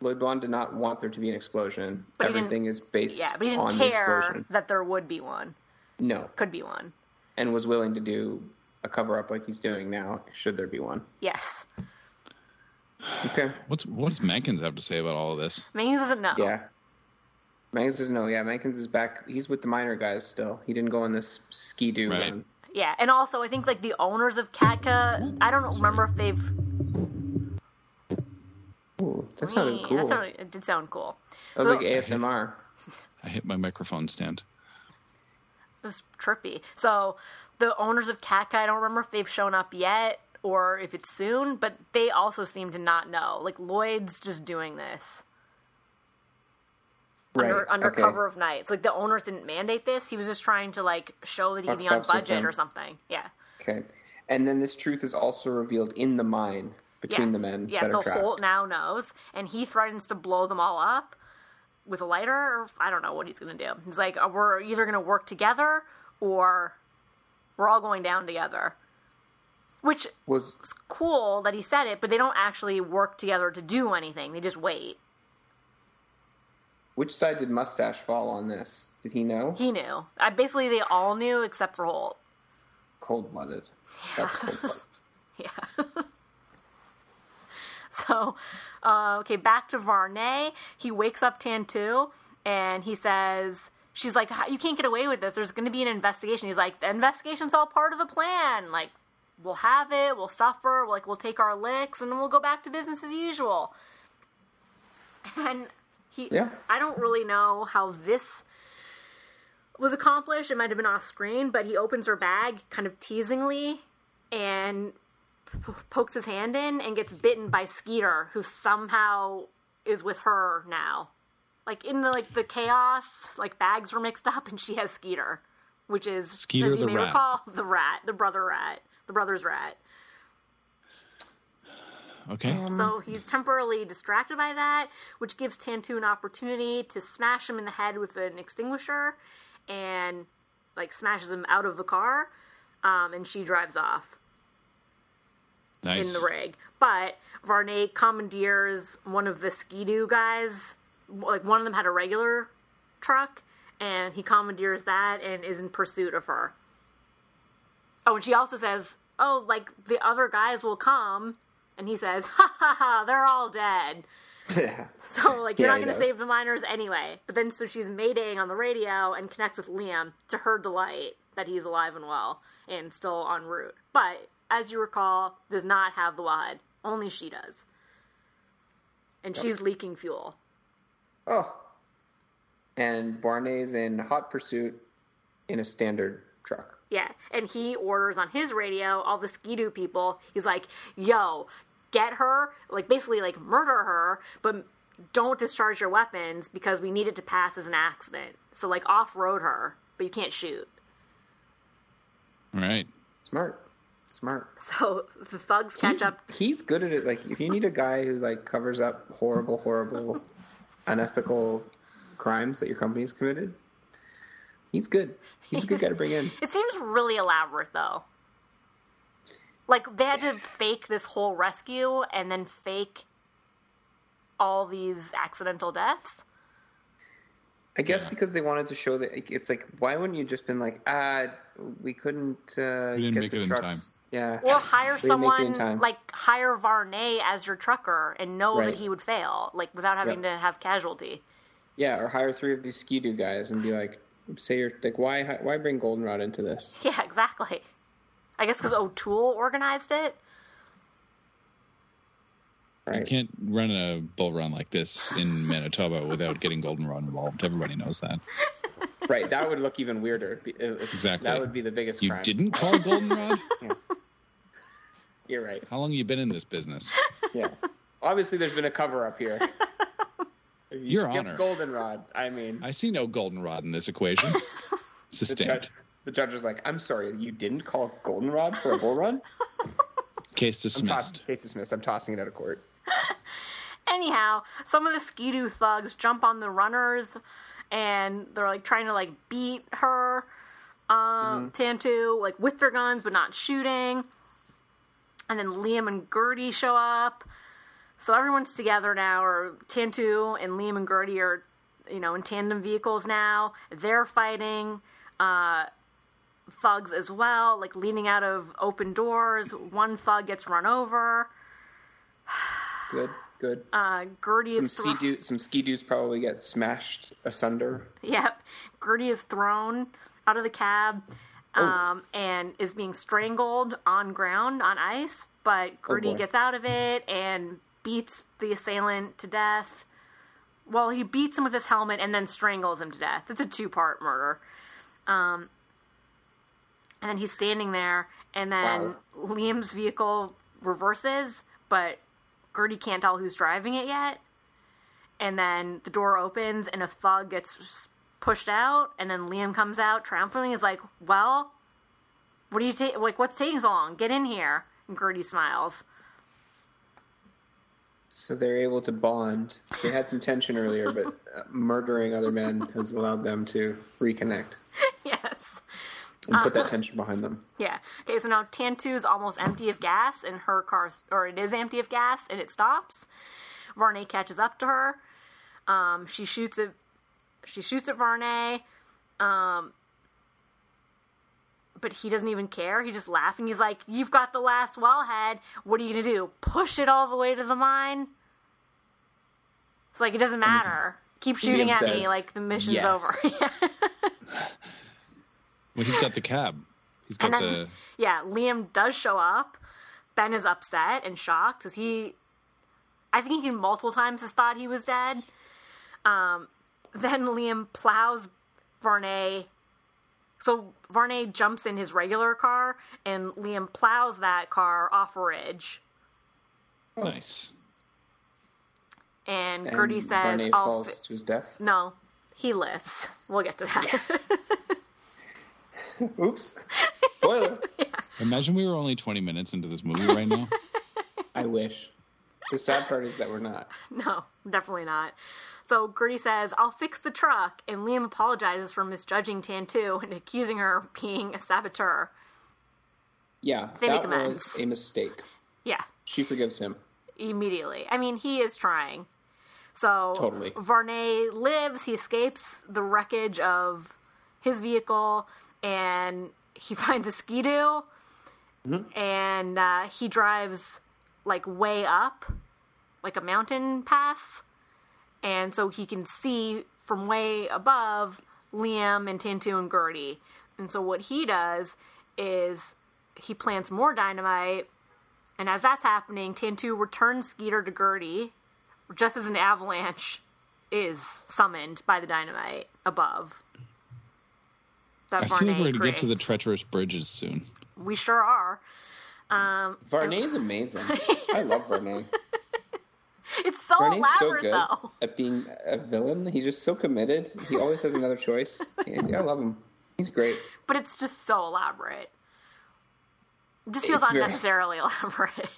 B: lloyd blond did not want there to be an explosion
A: But he didn't-
B: everything is based
A: Yeah, but he
B: on
A: didn't
B: the
A: care
B: explosion
A: that there would be one,
B: no
A: could be one.
B: and was willing to do a cover up like he's doing now, should there be one.
A: Yes,
B: Okay.
C: What's what does Mankins have to say about all of this?
A: Mangus doesn't know.
B: Yeah. Mankins is no, yeah, Mankins is back. He's with the minor guys still. He didn't go on this ski doo
C: Right.
B: run.
A: Yeah, and also I think like the owners of Katka, I don't remember if they've.
B: Ooh, that sounded
A: That's
B: cool.
A: not- it did sound cool.
B: that was
A: So-
B: like ASMR.
C: I hit my microphone stand.
A: It was trippy. So the owners of Katka, I don't remember if they've shown up yet or if it's soon, but they also seem to not know. Like Lloyd's just doing this under, under
B: okay.
A: cover of night. So like the owners didn't mandate this. He was just trying to like show that he'd
B: Buck
A: be on
B: stops with
A: budget
B: them.
A: or something. Yeah.
B: Okay. And then this truth is also revealed in the mine between
A: yes.
B: the men
A: Yeah.
B: that
A: so
B: are trapped.
A: Holt now knows, and he threatens to blow them all up with a lighter. Or I don't know what he's going to do. He's like, "Uh, we're either going to work together or we're all going down together. Which
B: was
A: it's cool that he said it, but they don't actually work together to do anything. They just wait.
B: which side did Mustache fall on this? Did he know?
A: He knew. I basically they all knew except for Holt.
B: cold blooded. That's cold blooded.
A: Yeah. so, uh, okay, back to Varney. He wakes up Tantu and he says, She's like, "How- You can't get away with this. There's going to be an investigation. He's like, The investigation's all part of the plan. Like, we'll have it, we'll suffer, like, we'll take our licks, and then we'll go back to business as usual. And then he,
B: Yeah.
A: I don't really know how this was accomplished. It might have been off screen, but he opens her bag kind of teasingly and p- pokes his hand in and gets bitten by Skeeter, who somehow is with her now. Like in the like the chaos, like bags were mixed up, and she has Skeeter, which is
C: Skeeter
A: as you
C: the
A: may
C: rat.
A: recall, the rat, the brother rat, the brother's rat.
C: Okay.
A: So he's temporarily distracted by that, which gives Tantu an opportunity to smash him in the head with an extinguisher, and like smashes him out of the car, um, and she drives off
C: nice.
A: in the rig. But Varney commandeers one of the Skidoo guys. Like one of them had a regular truck, and he commandeers that and is in pursuit of her. Oh, and she also says, "Oh, like the other guys will come," and he says, "Ha ha ha! They're all dead."
B: yeah.
A: So like you're
B: Yeah,
A: not
B: he
A: going to
B: does.
A: save the miners anyway. But then so she's maydaying on the radio and connects with Liam to her delight that he's alive and well and still en route. But as you recall, does not have the wad. Only she does. And she's leaking fuel.
B: Oh. And Barney's in hot pursuit in a standard truck.
A: Yeah. And he orders on his radio all the skidoo people. He's like, yo, get her, like basically like murder her, but don't discharge your weapons because we need it to pass as an accident. So like off road her, but you can't shoot.
C: Right.
B: Smart. Smart.
A: So the thugs catch
B: He's,
A: up.
B: he's good at it. Like if you need a guy who like covers up horrible, horrible, unethical crimes that your company's committed, he's good. He's a good guy to bring in.
A: It seems really elaborate though. Like they had to fake this whole rescue and then fake all these accidental deaths.
B: I guess
C: Yeah.
B: because they wanted to show that like, it's like, why wouldn't you just been like, ah, we couldn't uh,
C: We didn't
B: get
C: make
B: the
C: it in
B: trucks. Yeah.
A: Or hire
B: didn't make it
A: someone
B: in time.
A: like hire Varney as your trucker and know
B: Right.
A: that he would fail, like without having
B: Yep.
A: to have casualty.
B: Yeah, or hire three of these skidoo guys and be like, say you're like, why why bring Goldenrod into this?
A: Yeah, exactly. I guess because O'Toole organized it.
C: You
B: Right.
C: can't run a bull run like this in Manitoba without getting goldenrod involved. Everybody knows that.
B: Right. That would look even weirder. if- if-
C: Exactly.
B: That would be the biggest
C: You
B: crime.
C: didn't call goldenrod?
B: You're right.
C: How long you been in this business?
B: Yeah. Obviously, there's been a cover up here. If you
C: Your
B: skip
C: Honor.
B: Goldenrod. I mean,
C: I see no goldenrod in this equation.
B: the
C: Sustained.
B: judge, the judge was like, I'm sorry, you didn't call Goldenrod for a bull run?
C: Case
B: I'm toss-
C: dismissed.
B: case dismissed. I'm tossing it out of court.
A: Anyhow, some of the Skidoo thugs jump on the runners, and they're like trying to like beat her, um, Tantu, like with their guns but not shooting. And then Liam and Gertie show up, so everyone's together now. Or Tantu and Liam and Gertie are, you know, in tandem vehicles now. They're fighting. Uh, thugs as well like leaning out of open doors one thug gets run over
B: Good, good.
A: uh gertie
B: some
A: is thro-
B: skidoo, some skidoos probably get smashed asunder.
A: Yep. Gertie is thrown out of the cab um, and is being strangled on ground, on ice, but Gertie
B: boy.
A: gets out of it and beats the assailant to death. Well, he beats him with his helmet and then strangles him to death. It's a two part murder. Um, and then he's standing there, and then
B: Wow.
A: Liam's vehicle reverses, but Gertie can't tell who's driving it yet and then the door opens and a thug gets s- pushed out and then liam comes out triumphantly he's like well what do you take like what's taking so long get in here and gertie smiles
B: So they're able to bond. They had some tension earlier, but uh, murdering other men has allowed them to reconnect
A: yes
B: and put
A: Uh-huh.
B: that tension behind them.
A: yeah okay so now tantu's almost empty of gas and her car or it is empty of gas and it stops varney catches up to her um, she shoots at she shoots at varney um, but he doesn't even care. He's just laughing. He's like, "You've got the last wellhead. What are you gonna do? Push it all the way to the mine?" It's like it doesn't matter. Keep shooting
B: Liam
A: at me.
B: says,
A: Like the mission's
B: "Yes."
A: over. Yeah.
C: Well, he's got the cab. He's
A: And
C: got
A: then-
C: the.
A: yeah, Liam does show up. Ben is upset and shocked because he, I think he multiple times has thought he was dead. Um, then Liam plows Varney. So Varney jumps in his regular car, and Liam plows that car off a ridge.
B: Oh.
C: Nice.
A: And,
B: And
A: Gertie says,
B: Barney
A: "I'll
B: falls to his death.
A: fi- "No, he lives." We'll get to that.
B: Oops. Spoiler.
C: Imagine we were only 20 minutes into this movie right now.
B: I wish. The sad part is that we're not.
A: No, definitely not. So Gertie says, I'll fix the truck, and Liam apologizes for misjudging Tantu and accusing her of being a saboteur.
B: Yeah,
A: They make
B: that
A: amends.
B: was a mistake.
A: Yeah,
B: She forgives him.
A: immediately. I mean, he is trying. So
B: Totally.
A: Varney lives, he escapes the wreckage of his vehicle, and he finds a skidoo, and uh, he drives like way up, like a mountain pass, and so he can see from way above Liam and Tantu and Gertie. And so what he does is he plants more dynamite and as that's happening, Tantu returns Skeeter to Gertie, just as an avalanche is summoned by the dynamite above. That
C: I feel like
A: Varney
C: we're going to get to the
A: creates.
C: treacherous bridges soon.
A: We sure are. Um,
B: Varney's amazing. I love Varney.
A: It's so
B: Renee's so
A: elaborate,
B: good
A: though.
B: at being a villain. He's just so committed. He always has another choice. And I love him. He's great.
A: But it's just so elaborate. Just feels
B: It's very-
A: unnecessarily elaborate.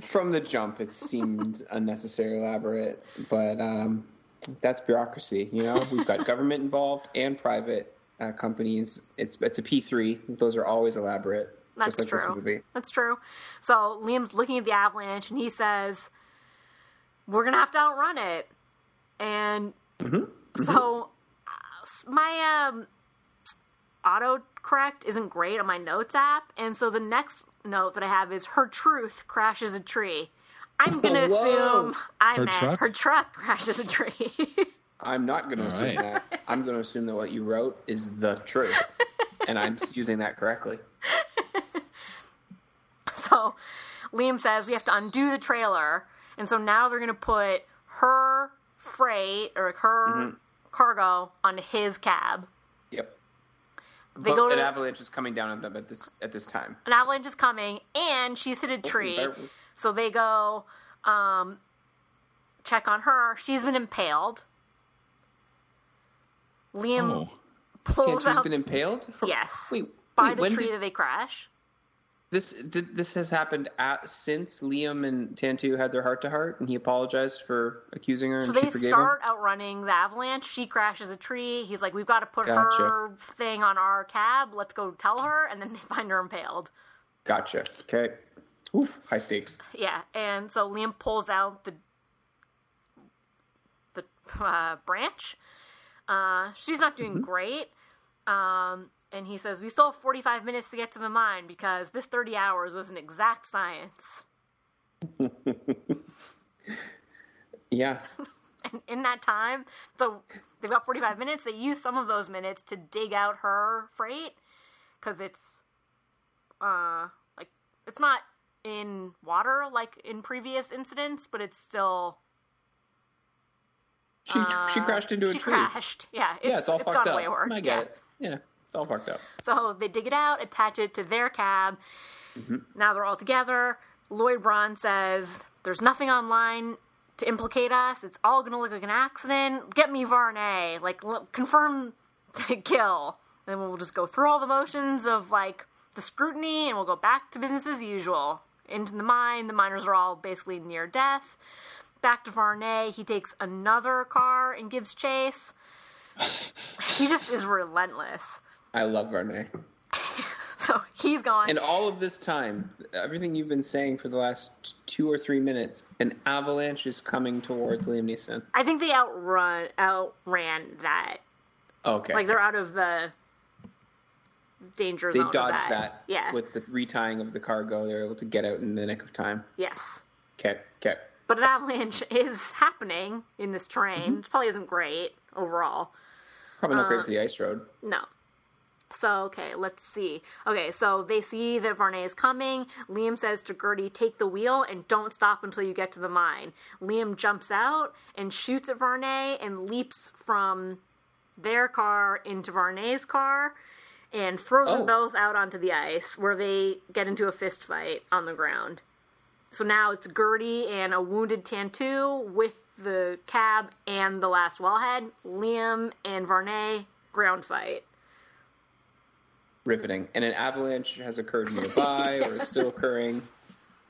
B: From the jump, it seemed unnecessary, elaborate, but um, that's bureaucracy. You know, we've got government involved and private uh, companies. It's it's a P three. Those are always elaborate.
A: That's
B: just like This
A: true.
B: movie.
A: That's true. So Liam's looking at the avalanche and he says, "We're gonna have to outrun it." And
B: Mm-hmm.
A: so uh, s- my um, autocorrect isn't great on my notes app, and so the next note that I have is her truth crashes a tree. I'm gonna
B: Oh, Whoa.
A: assume I
C: Her
A: meant
C: truck?
A: her truck crashes a tree.
B: I'm not going to
C: All
B: assume
C: right.
B: that. I'm going to assume that what you wrote is the truth, and I'm using that correctly.
A: so Liam says we have to undo the trailer, and so now they're gonna put her freight or her
B: Mm-hmm.
A: cargo on his cab.
B: Yep.
A: They
B: but
A: go to
B: an
A: the-
B: avalanche is coming down on them at this at this time.
A: An avalanche is coming, and she's hit a tree.
B: Oh, there-
A: So they go um, check on her. She's been impaled. Liam
C: Oh,
A: pulls
B: Tantra's
A: out
B: been impaled. From,
A: Yes.
B: Wait.
A: by
B: wait,
A: the
B: when
A: tree
B: did-
A: that they crash.
B: This did, this has happened at, since Liam and Tantu had their heart to heart, and he apologized for accusing her,
A: So
B: and
A: they
B: she forgave
A: start outrunning the avalanche. She crashes a tree. He's like, "We've got to put
B: Gotcha.
A: her thing on our cab. Let's go tell her." And then they find her impaled.
B: him. Gotcha. Okay. Oof. High stakes.
A: Yeah, and so Liam pulls out the the uh, branch. Uh, she's not doing
B: Mm-hmm.
A: great, um, and he says we still have forty five minutes to get to the mine because this thirty hours was an exact science.
B: Yeah.
A: And in that time, so they've got forty five minutes. They use some of those minutes to dig out her freight because it's uh like it's not in water like in previous incidents, but it's still
B: She she crashed into a
A: Uh, she
B: tree.
A: crashed. Yeah, it's,
B: yeah, it's all
A: it's
B: fucked
A: gone
B: up.
A: way worse.
B: I get
A: yeah.
B: it. Yeah. It's all fucked up.
A: So they dig it out, attach it to their cab. Now they're all together. Lloyd Braun says, "There's nothing online to implicate us. It's all going to look like an accident. Get me Varney. Like l- confirm the kill, and we'll just go through all the motions of like the scrutiny, and we'll go back to business as usual." Into the mine. The miners are all basically near death. Back to Varney. He takes another car and gives chase. he just is relentless.
B: I love Varney.
A: So he's gone.
B: And all of this time, everything you've been saying for the last two or three minutes, an avalanche is coming towards Liam Neeson.
A: I think they outrun outran that.
B: Okay.
A: Like they're out of the danger
B: they
A: zone. of
B: dodged that,
A: Yeah.
B: with the retying of the cargo. They're able to get out in the nick of time.
A: yes.
B: Okay, okay.
A: But an avalanche is happening in this train.
B: Mm-hmm.
A: Which probably isn't great overall.
B: Probably not
A: Um,
B: great for the ice road.
A: No. So, okay, let's see. Okay, so they see that Varney is coming. Liam says to Gertie, take the wheel and don't stop until you get to the mine. Liam jumps out and shoots at Varney and leaps from their car into Varney's car and throws
B: Oh.
A: them both out onto the ice where they get into a fist fight on the ground. So now it's Gertie and a wounded Tantu with the cab and the last wellhead. Liam and Varney ground fight.
B: Riveting. And an avalanche has occurred nearby or is still occurring.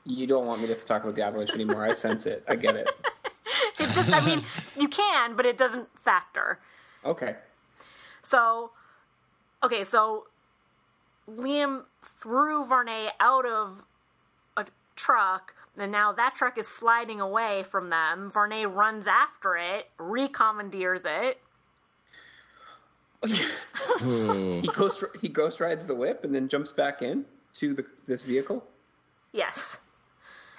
B: You don't want me to talk about the avalanche anymore. I sense it. I get it.
A: It just, I mean, you can, but it doesn't factor.
B: Okay.
A: So, okay, so Liam threw Varney out of a truck, and now that truck is sliding away from them. Varney runs after it, recommandeers it.
C: Ooh.
B: He ghost he ghost rides the whip and then jumps back in to the this vehicle.
A: Yes.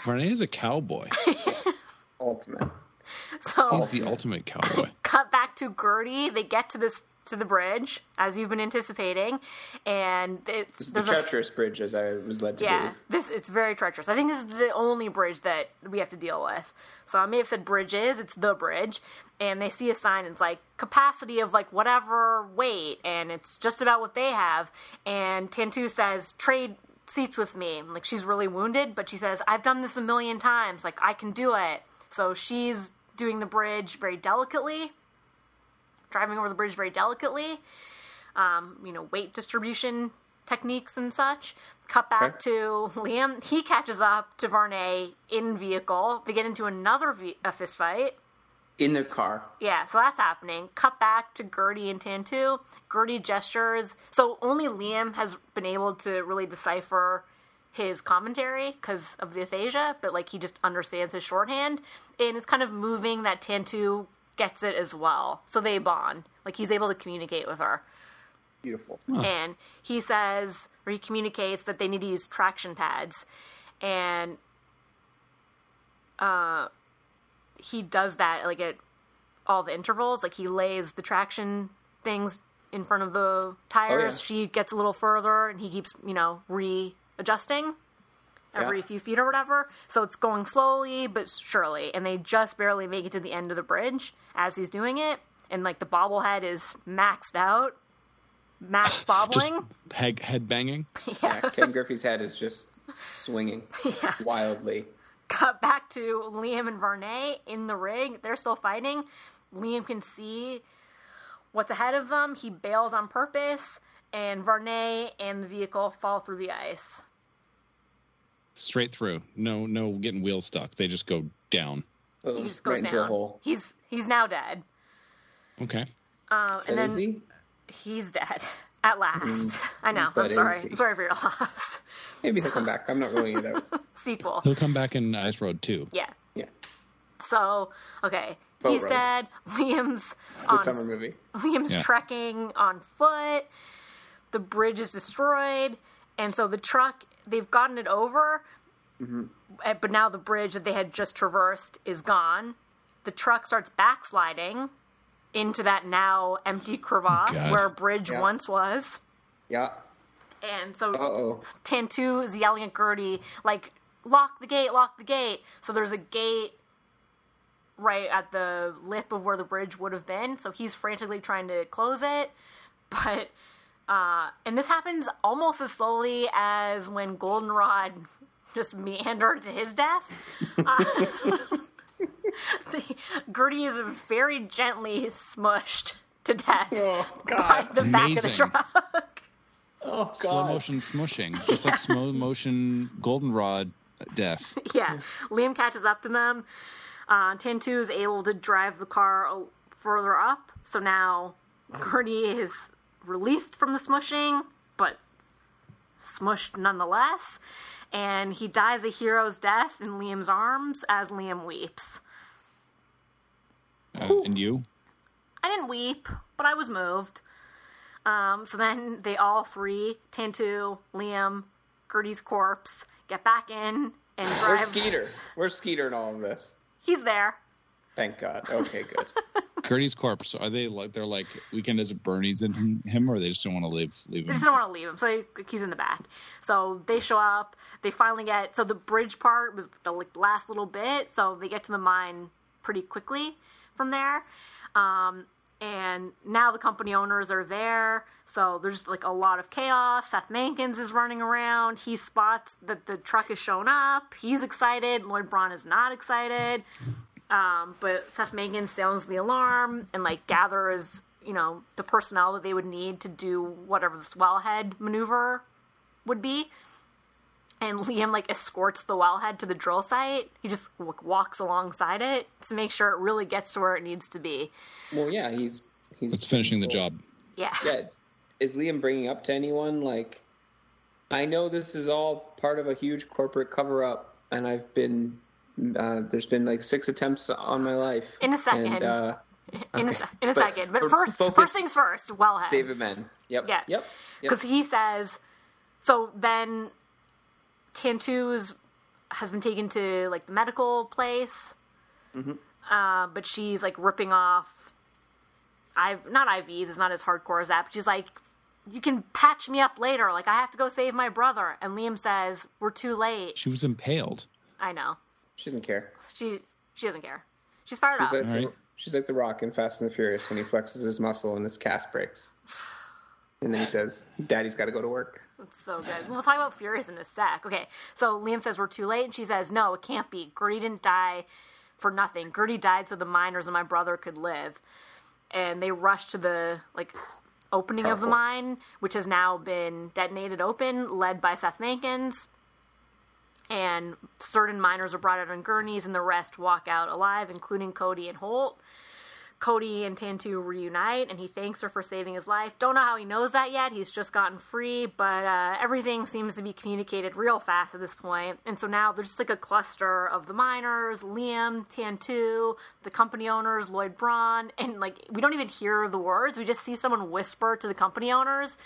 C: Varney is a cowboy.
B: Ultimate.
A: So
C: He's the ultimate cowboy.
A: cut back to Gertie. They get to this to the bridge as you've been anticipating, and it's
B: It's the
A: there's a-
B: treacherous bridge as I was led to
A: yeah,
B: believe.
A: this it's very treacherous. I think this is the only bridge that we have to deal with. So I may have said bridges, it's the bridge, and they see a sign. It's like capacity of like whatever weight, and it's just about what they have. And Tantu says trade seats with me. Like she's really wounded, but she says I've done this a million times. Like I can do it. So she's doing the bridge very delicately, driving over the bridge very delicately. Um, you know, weight distribution techniques and such. Cut back to Liam. He catches up to Varney in vehicle. They get into another ve- a fist fight.
B: in their car.
A: Yeah, so that's happening. Cut back to Gertie and Tantu. Gertie gestures. So only Liam has been able to really decipher his commentary because of the aphasia, but like he just understands his shorthand. And it's kind of moving that Tantu gets it as well. So they bond. Like he's able to communicate with her.
B: Beautiful.
A: And he says, or he communicates that they need to use traction pads. And uh, he does that like at all the intervals. Like he lays the traction things in front of the tires. She gets a little further and he keeps, you know, readjusting every
B: Yeah.
A: few feet or whatever. So it's going slowly but surely. And they just barely make it to the end of the bridge as he's doing it. And like the bobblehead is maxed out. Max
C: Just
A: bobbling.
C: head, head banging.
B: Yeah, Ken Griffey's head is just swinging wildly.
A: Cut back to Liam and Varney in the ring. They're still fighting. Liam can see what's ahead of them. He bails on purpose, and Varney and the vehicle fall through the ice.
C: Straight through. No, no getting wheel stuck. They just go down.
B: Oh,
A: He just goes
B: right into a
A: down.
B: hole.
A: He's he's now dead.
C: Okay.
A: Um, and then
B: Is he?
A: he's dead at last. I know.
B: But
A: I'm
B: Mm. is
A: sorry.
B: he?
A: I'm sorry for your loss.
B: Maybe he'll come back. I'm not ruling it out.
A: Sequel.
C: He'll come back in Ice Road too.
A: Yeah.
B: Yeah,
A: So okay,
B: Boat
A: he's
B: ride.
A: dead. Liam's
B: it's a summer movie.
A: Liam's
C: Yeah.
A: trekking on foot. The bridge is destroyed, and so the truck they've gotten it over,
B: Mm-hmm.
A: eh, but now the bridge that they had just traversed is gone. The truck starts backsliding into that now empty crevasse
C: God.
A: where a bridge
B: Yeah.
A: once was,
B: Yeah.
A: and so
B: Uh oh.
A: Tantu is yelling at Gertie, like, lock the gate, lock the gate. So there's a gate right at the lip of where the bridge would have been. So he's frantically trying to close it. But, uh, and this happens almost as slowly as when Goldenrod just meandered to his death. Uh, the- Gertie is very gently smushed to death
B: Oh
A: by
B: god.
A: the back of the
C: Amazing.
A: truck.
B: Oh god.
C: Slow motion smushing, just like slow motion goldenrod death.
A: yeah. Liam catches up to them. Uh, Tantu is able to drive the car a- further up, so now Gertie is released from the smushing, but smushed nonetheless. And he dies a hero's death in Liam's arms as Liam weeps.
C: Uh, and you?
A: I didn't weep, but I was moved. Um, so then they all three, Tantu, Liam, Gertie's corpse, get back in and
B: Where's
A: drive.
B: Skeeter? Where's Skeeter in all of this?
A: He's there.
B: Thank God. Okay, good.
C: Gertie's corpse. Are they like they're like weekend is at Bernie's and him, him, or they just don't want to leave leave
A: They
C: him?
A: just don't want to leave him, so they, he's in the back. So they show up. They finally get so the bridge part was the like, last little bit. So they get to the mine pretty quickly from there. Um, and now the company owners are there. So there's like a lot of chaos. Seth Mankins is running around. He spots that the truck has shown up. He's excited. Lloyd Braun is not excited. Um, but Seth Megan sounds the alarm and like gathers, you know, the personnel that they would need to do whatever this wellhead maneuver would be. And Liam like escorts the wellhead to the drill site. He just like, walks alongside it to make sure it really gets to where it needs to be.
B: Well, yeah, he's he's.
C: It's finishing the job.
A: Yeah.
B: Yeah. Is Liam bringing up to anyone like? I know this is all part of a huge corporate cover up, and I've been. Uh, there's been like six attempts on my life.
A: In a second.
B: And, uh,
A: In a,
B: okay.
A: se- in a
B: But-
A: second, but,
B: but
A: first,
B: focus-
A: first things first. Wellhead.
B: save a man. Yep.
A: Yeah.
B: Yep.
A: because he says so then tantu's has been taken to like the medical place
B: Mm-hmm.
A: uh, but she's like ripping off i've not ivs it's not as hardcore as that but she's like you can patch me up later like i have to go save my brother and liam says we're too late
C: She was impaled.
A: i know
B: She doesn't care.
A: she she doesn't care she's fired
B: She's
A: up
B: like,
C: Alright.
B: she's like the Rock in Fast and the Furious when he flexes his muscle and his cast breaks. And then he says, "Daddy's got to go to work."
A: So good. We'll talk about Furious in a sec. Okay. So Liam says we're too late, and she says, No, it can't be. Gertie didn't die for nothing. Gertie died so the miners and my brother could live. And they rushed to the like opening of the
B: Powerful.
A: mine, which has now been detonated open, led by Seth Mankins. And certain miners are brought out on gurneys, and the rest walk out alive, including Cody and Holt. Cody and Tantu reunite, and he thanks her for saving his life. Don't know how he knows that yet. He's just gotten free, but uh, everything seems to be communicated real fast at this point. And so now there's just like a cluster of the miners, Liam, Tantu, the company owners, Lloyd Braun, and like we don't even hear the words. We just see someone whisper to the company owners.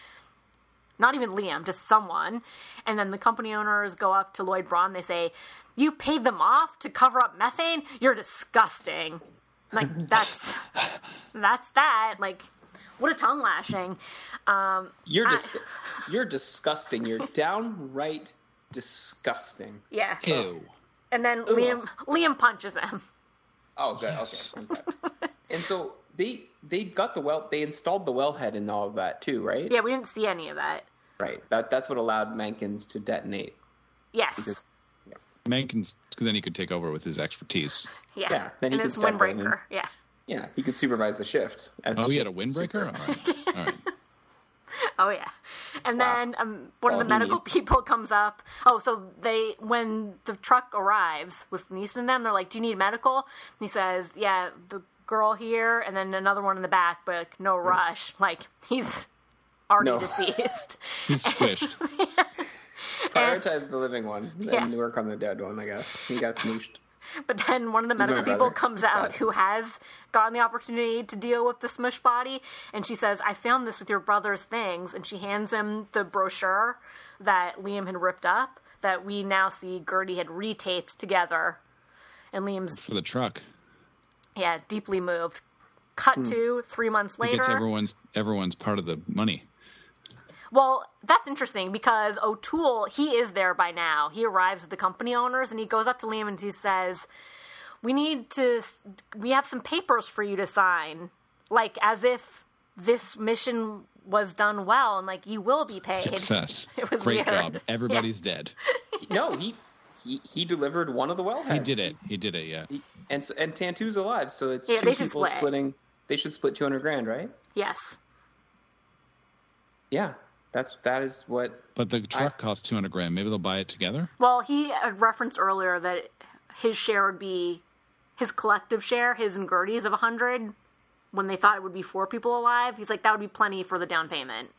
A: Not even Liam, just someone. And then the company owners go up to Lloyd Braun. They say, "You paid them off to cover up methane. You're disgusting." Like that's that's that. Like, what a tongue lashing. Um,
B: You're
A: I-
B: dis- you're disgusting. You're downright disgusting.
A: yeah.
C: Ew.
A: And then Liam Liam punches him.
B: Oh, good. Okay. and so they they got the well. They installed the wellhead and all of that too, right?
A: Yeah, we didn't see any of that.
B: Right. That that's what allowed Mankins to detonate.
A: Yes.
B: Because
C: Mankins, because then he could take over with his expertise.
A: yeah.
B: yeah, then he
A: and
B: can
A: it's
B: step in and-
A: windbreaker. Yeah.
B: yeah, he could supervise the shift. as
C: Oh, he had a
B: shift
C: windbreaker? All right. All right.
A: Oh yeah, and then um, one
B: All
A: of the
B: he
A: medical
B: needs.
A: people comes up. Oh, so they when the truck arrives with Neeson and them, they're like, "Do you need medical?" And he says, "Yeah, the girl here, and then another one in the back, but like, no rush. Like he's already
B: Mm. No.
A: deceased."
C: He's squished.
B: Prioritize the living one
A: Yeah.
B: and work on the dead one, I guess. He got smooshed.
A: But then one of the medical
B: my
A: people
B: brother.
A: comes
B: Sad.
A: out who has gotten the opportunity to deal with the smush body, and she says, "I found this with your brother's things," and she hands him the brochure that Liam had ripped up that we now see Gertie had retaped together, and Liam's
C: for the truck.
A: yeah deeply moved.
B: Hmm.
A: Cut to three months
C: He gets
A: later.
C: everyone's everyone's part of the money.
A: Well, that's interesting because O'Toole, he is there by now. He arrives with the company owners and he goes up to Liam and he says, "We need to we have some papers for you to sign." Like as if this mission was done well and like you will be paid.
C: Success.
A: It was weird.
C: Great job.
A: Yeah.
C: Everybody's dead.
B: No, he, he he delivered one of the wellheads.
C: He did it. He did it, yeah.
B: He- and so, and Tantu's alive, so it's
A: Yeah,
B: two
A: they should
B: people
A: split.
B: splitting. They should split two hundred grand, right?
A: Yes.
B: Yeah, that's that is what.
C: But the truck costs 200 grand. Maybe they'll buy it together?
A: Well, he had referenced earlier that his share would be his collective share, his and Gertie's of 100 when they thought it would be four people alive. He's like that would be plenty for the down payment.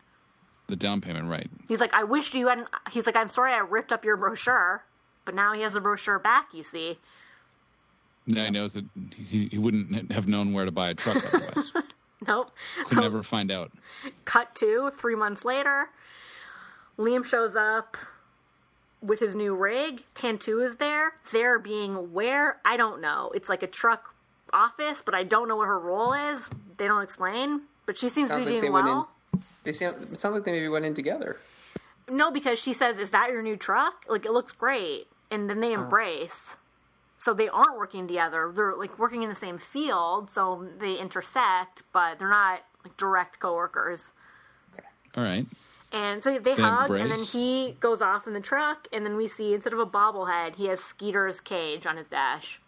C: The down payment, right.
A: He's like, I wish you hadn't. He's like, I'm sorry I ripped up your brochure, but now he has the brochure back, you see.
C: Now he knows that he, he wouldn't have known where to buy a truck otherwise.
A: Nope.
C: Could never find out.
A: Cut to three months later. Liam shows up with his new rig. Tantu is there. There being where? I don't know. It's like a truck office, but I don't know what her role is. They don't explain, but she seems
B: Sounds
A: to be
B: like they
A: doing
B: went
A: well.
B: in. They sound, it sounds like they maybe went in together.
A: No, because she says, "Is that your new truck? Like it looks great." And then they embrace. So they aren't working together. They're like working in the same field, so they intersect, but they're not like direct coworkers.
C: All right.
A: And so they
C: They
A: hug, and then
C: embrace.
A: he goes off in the truck, and then we see instead of a bobblehead, he has Skeeter's cage on his dash.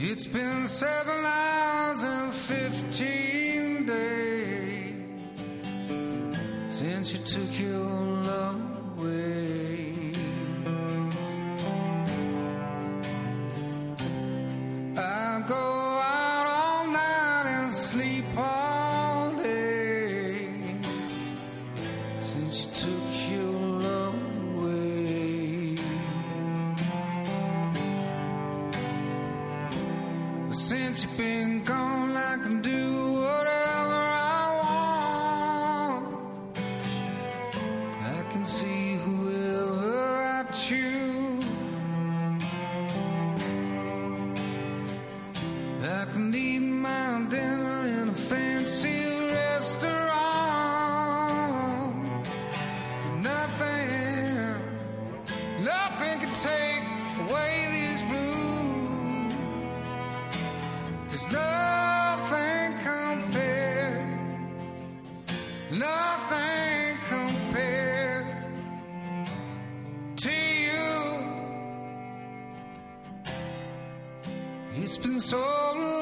D: It's been seven hours and fifteen days since you took your love away. I go out all night and sleep all day since you took your love away. Since you've been gone, I can do whatever I want. I can see whoever I choose. I can eat my dinner in a fancy restaurant. Nothing, nothing can take away these blues. There's nothing compared, nothing compared so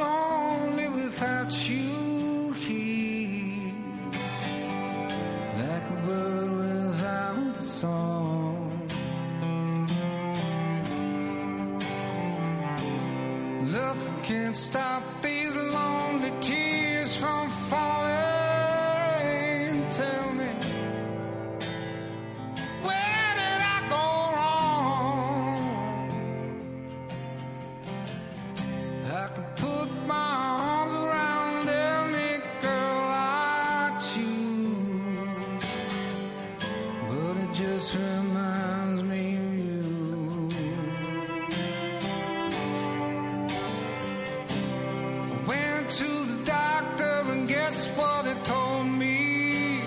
D: lonely without you here, like a bird without a song. Love can't stop these lonely tears from falling. Tell me, where did I go wrong? I could put my arms around any girl I choose, but it just reminds me of you. Went to the doctor and guess what it told me?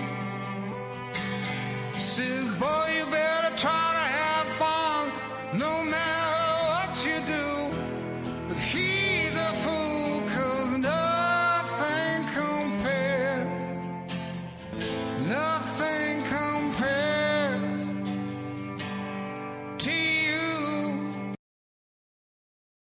D: Said, boy,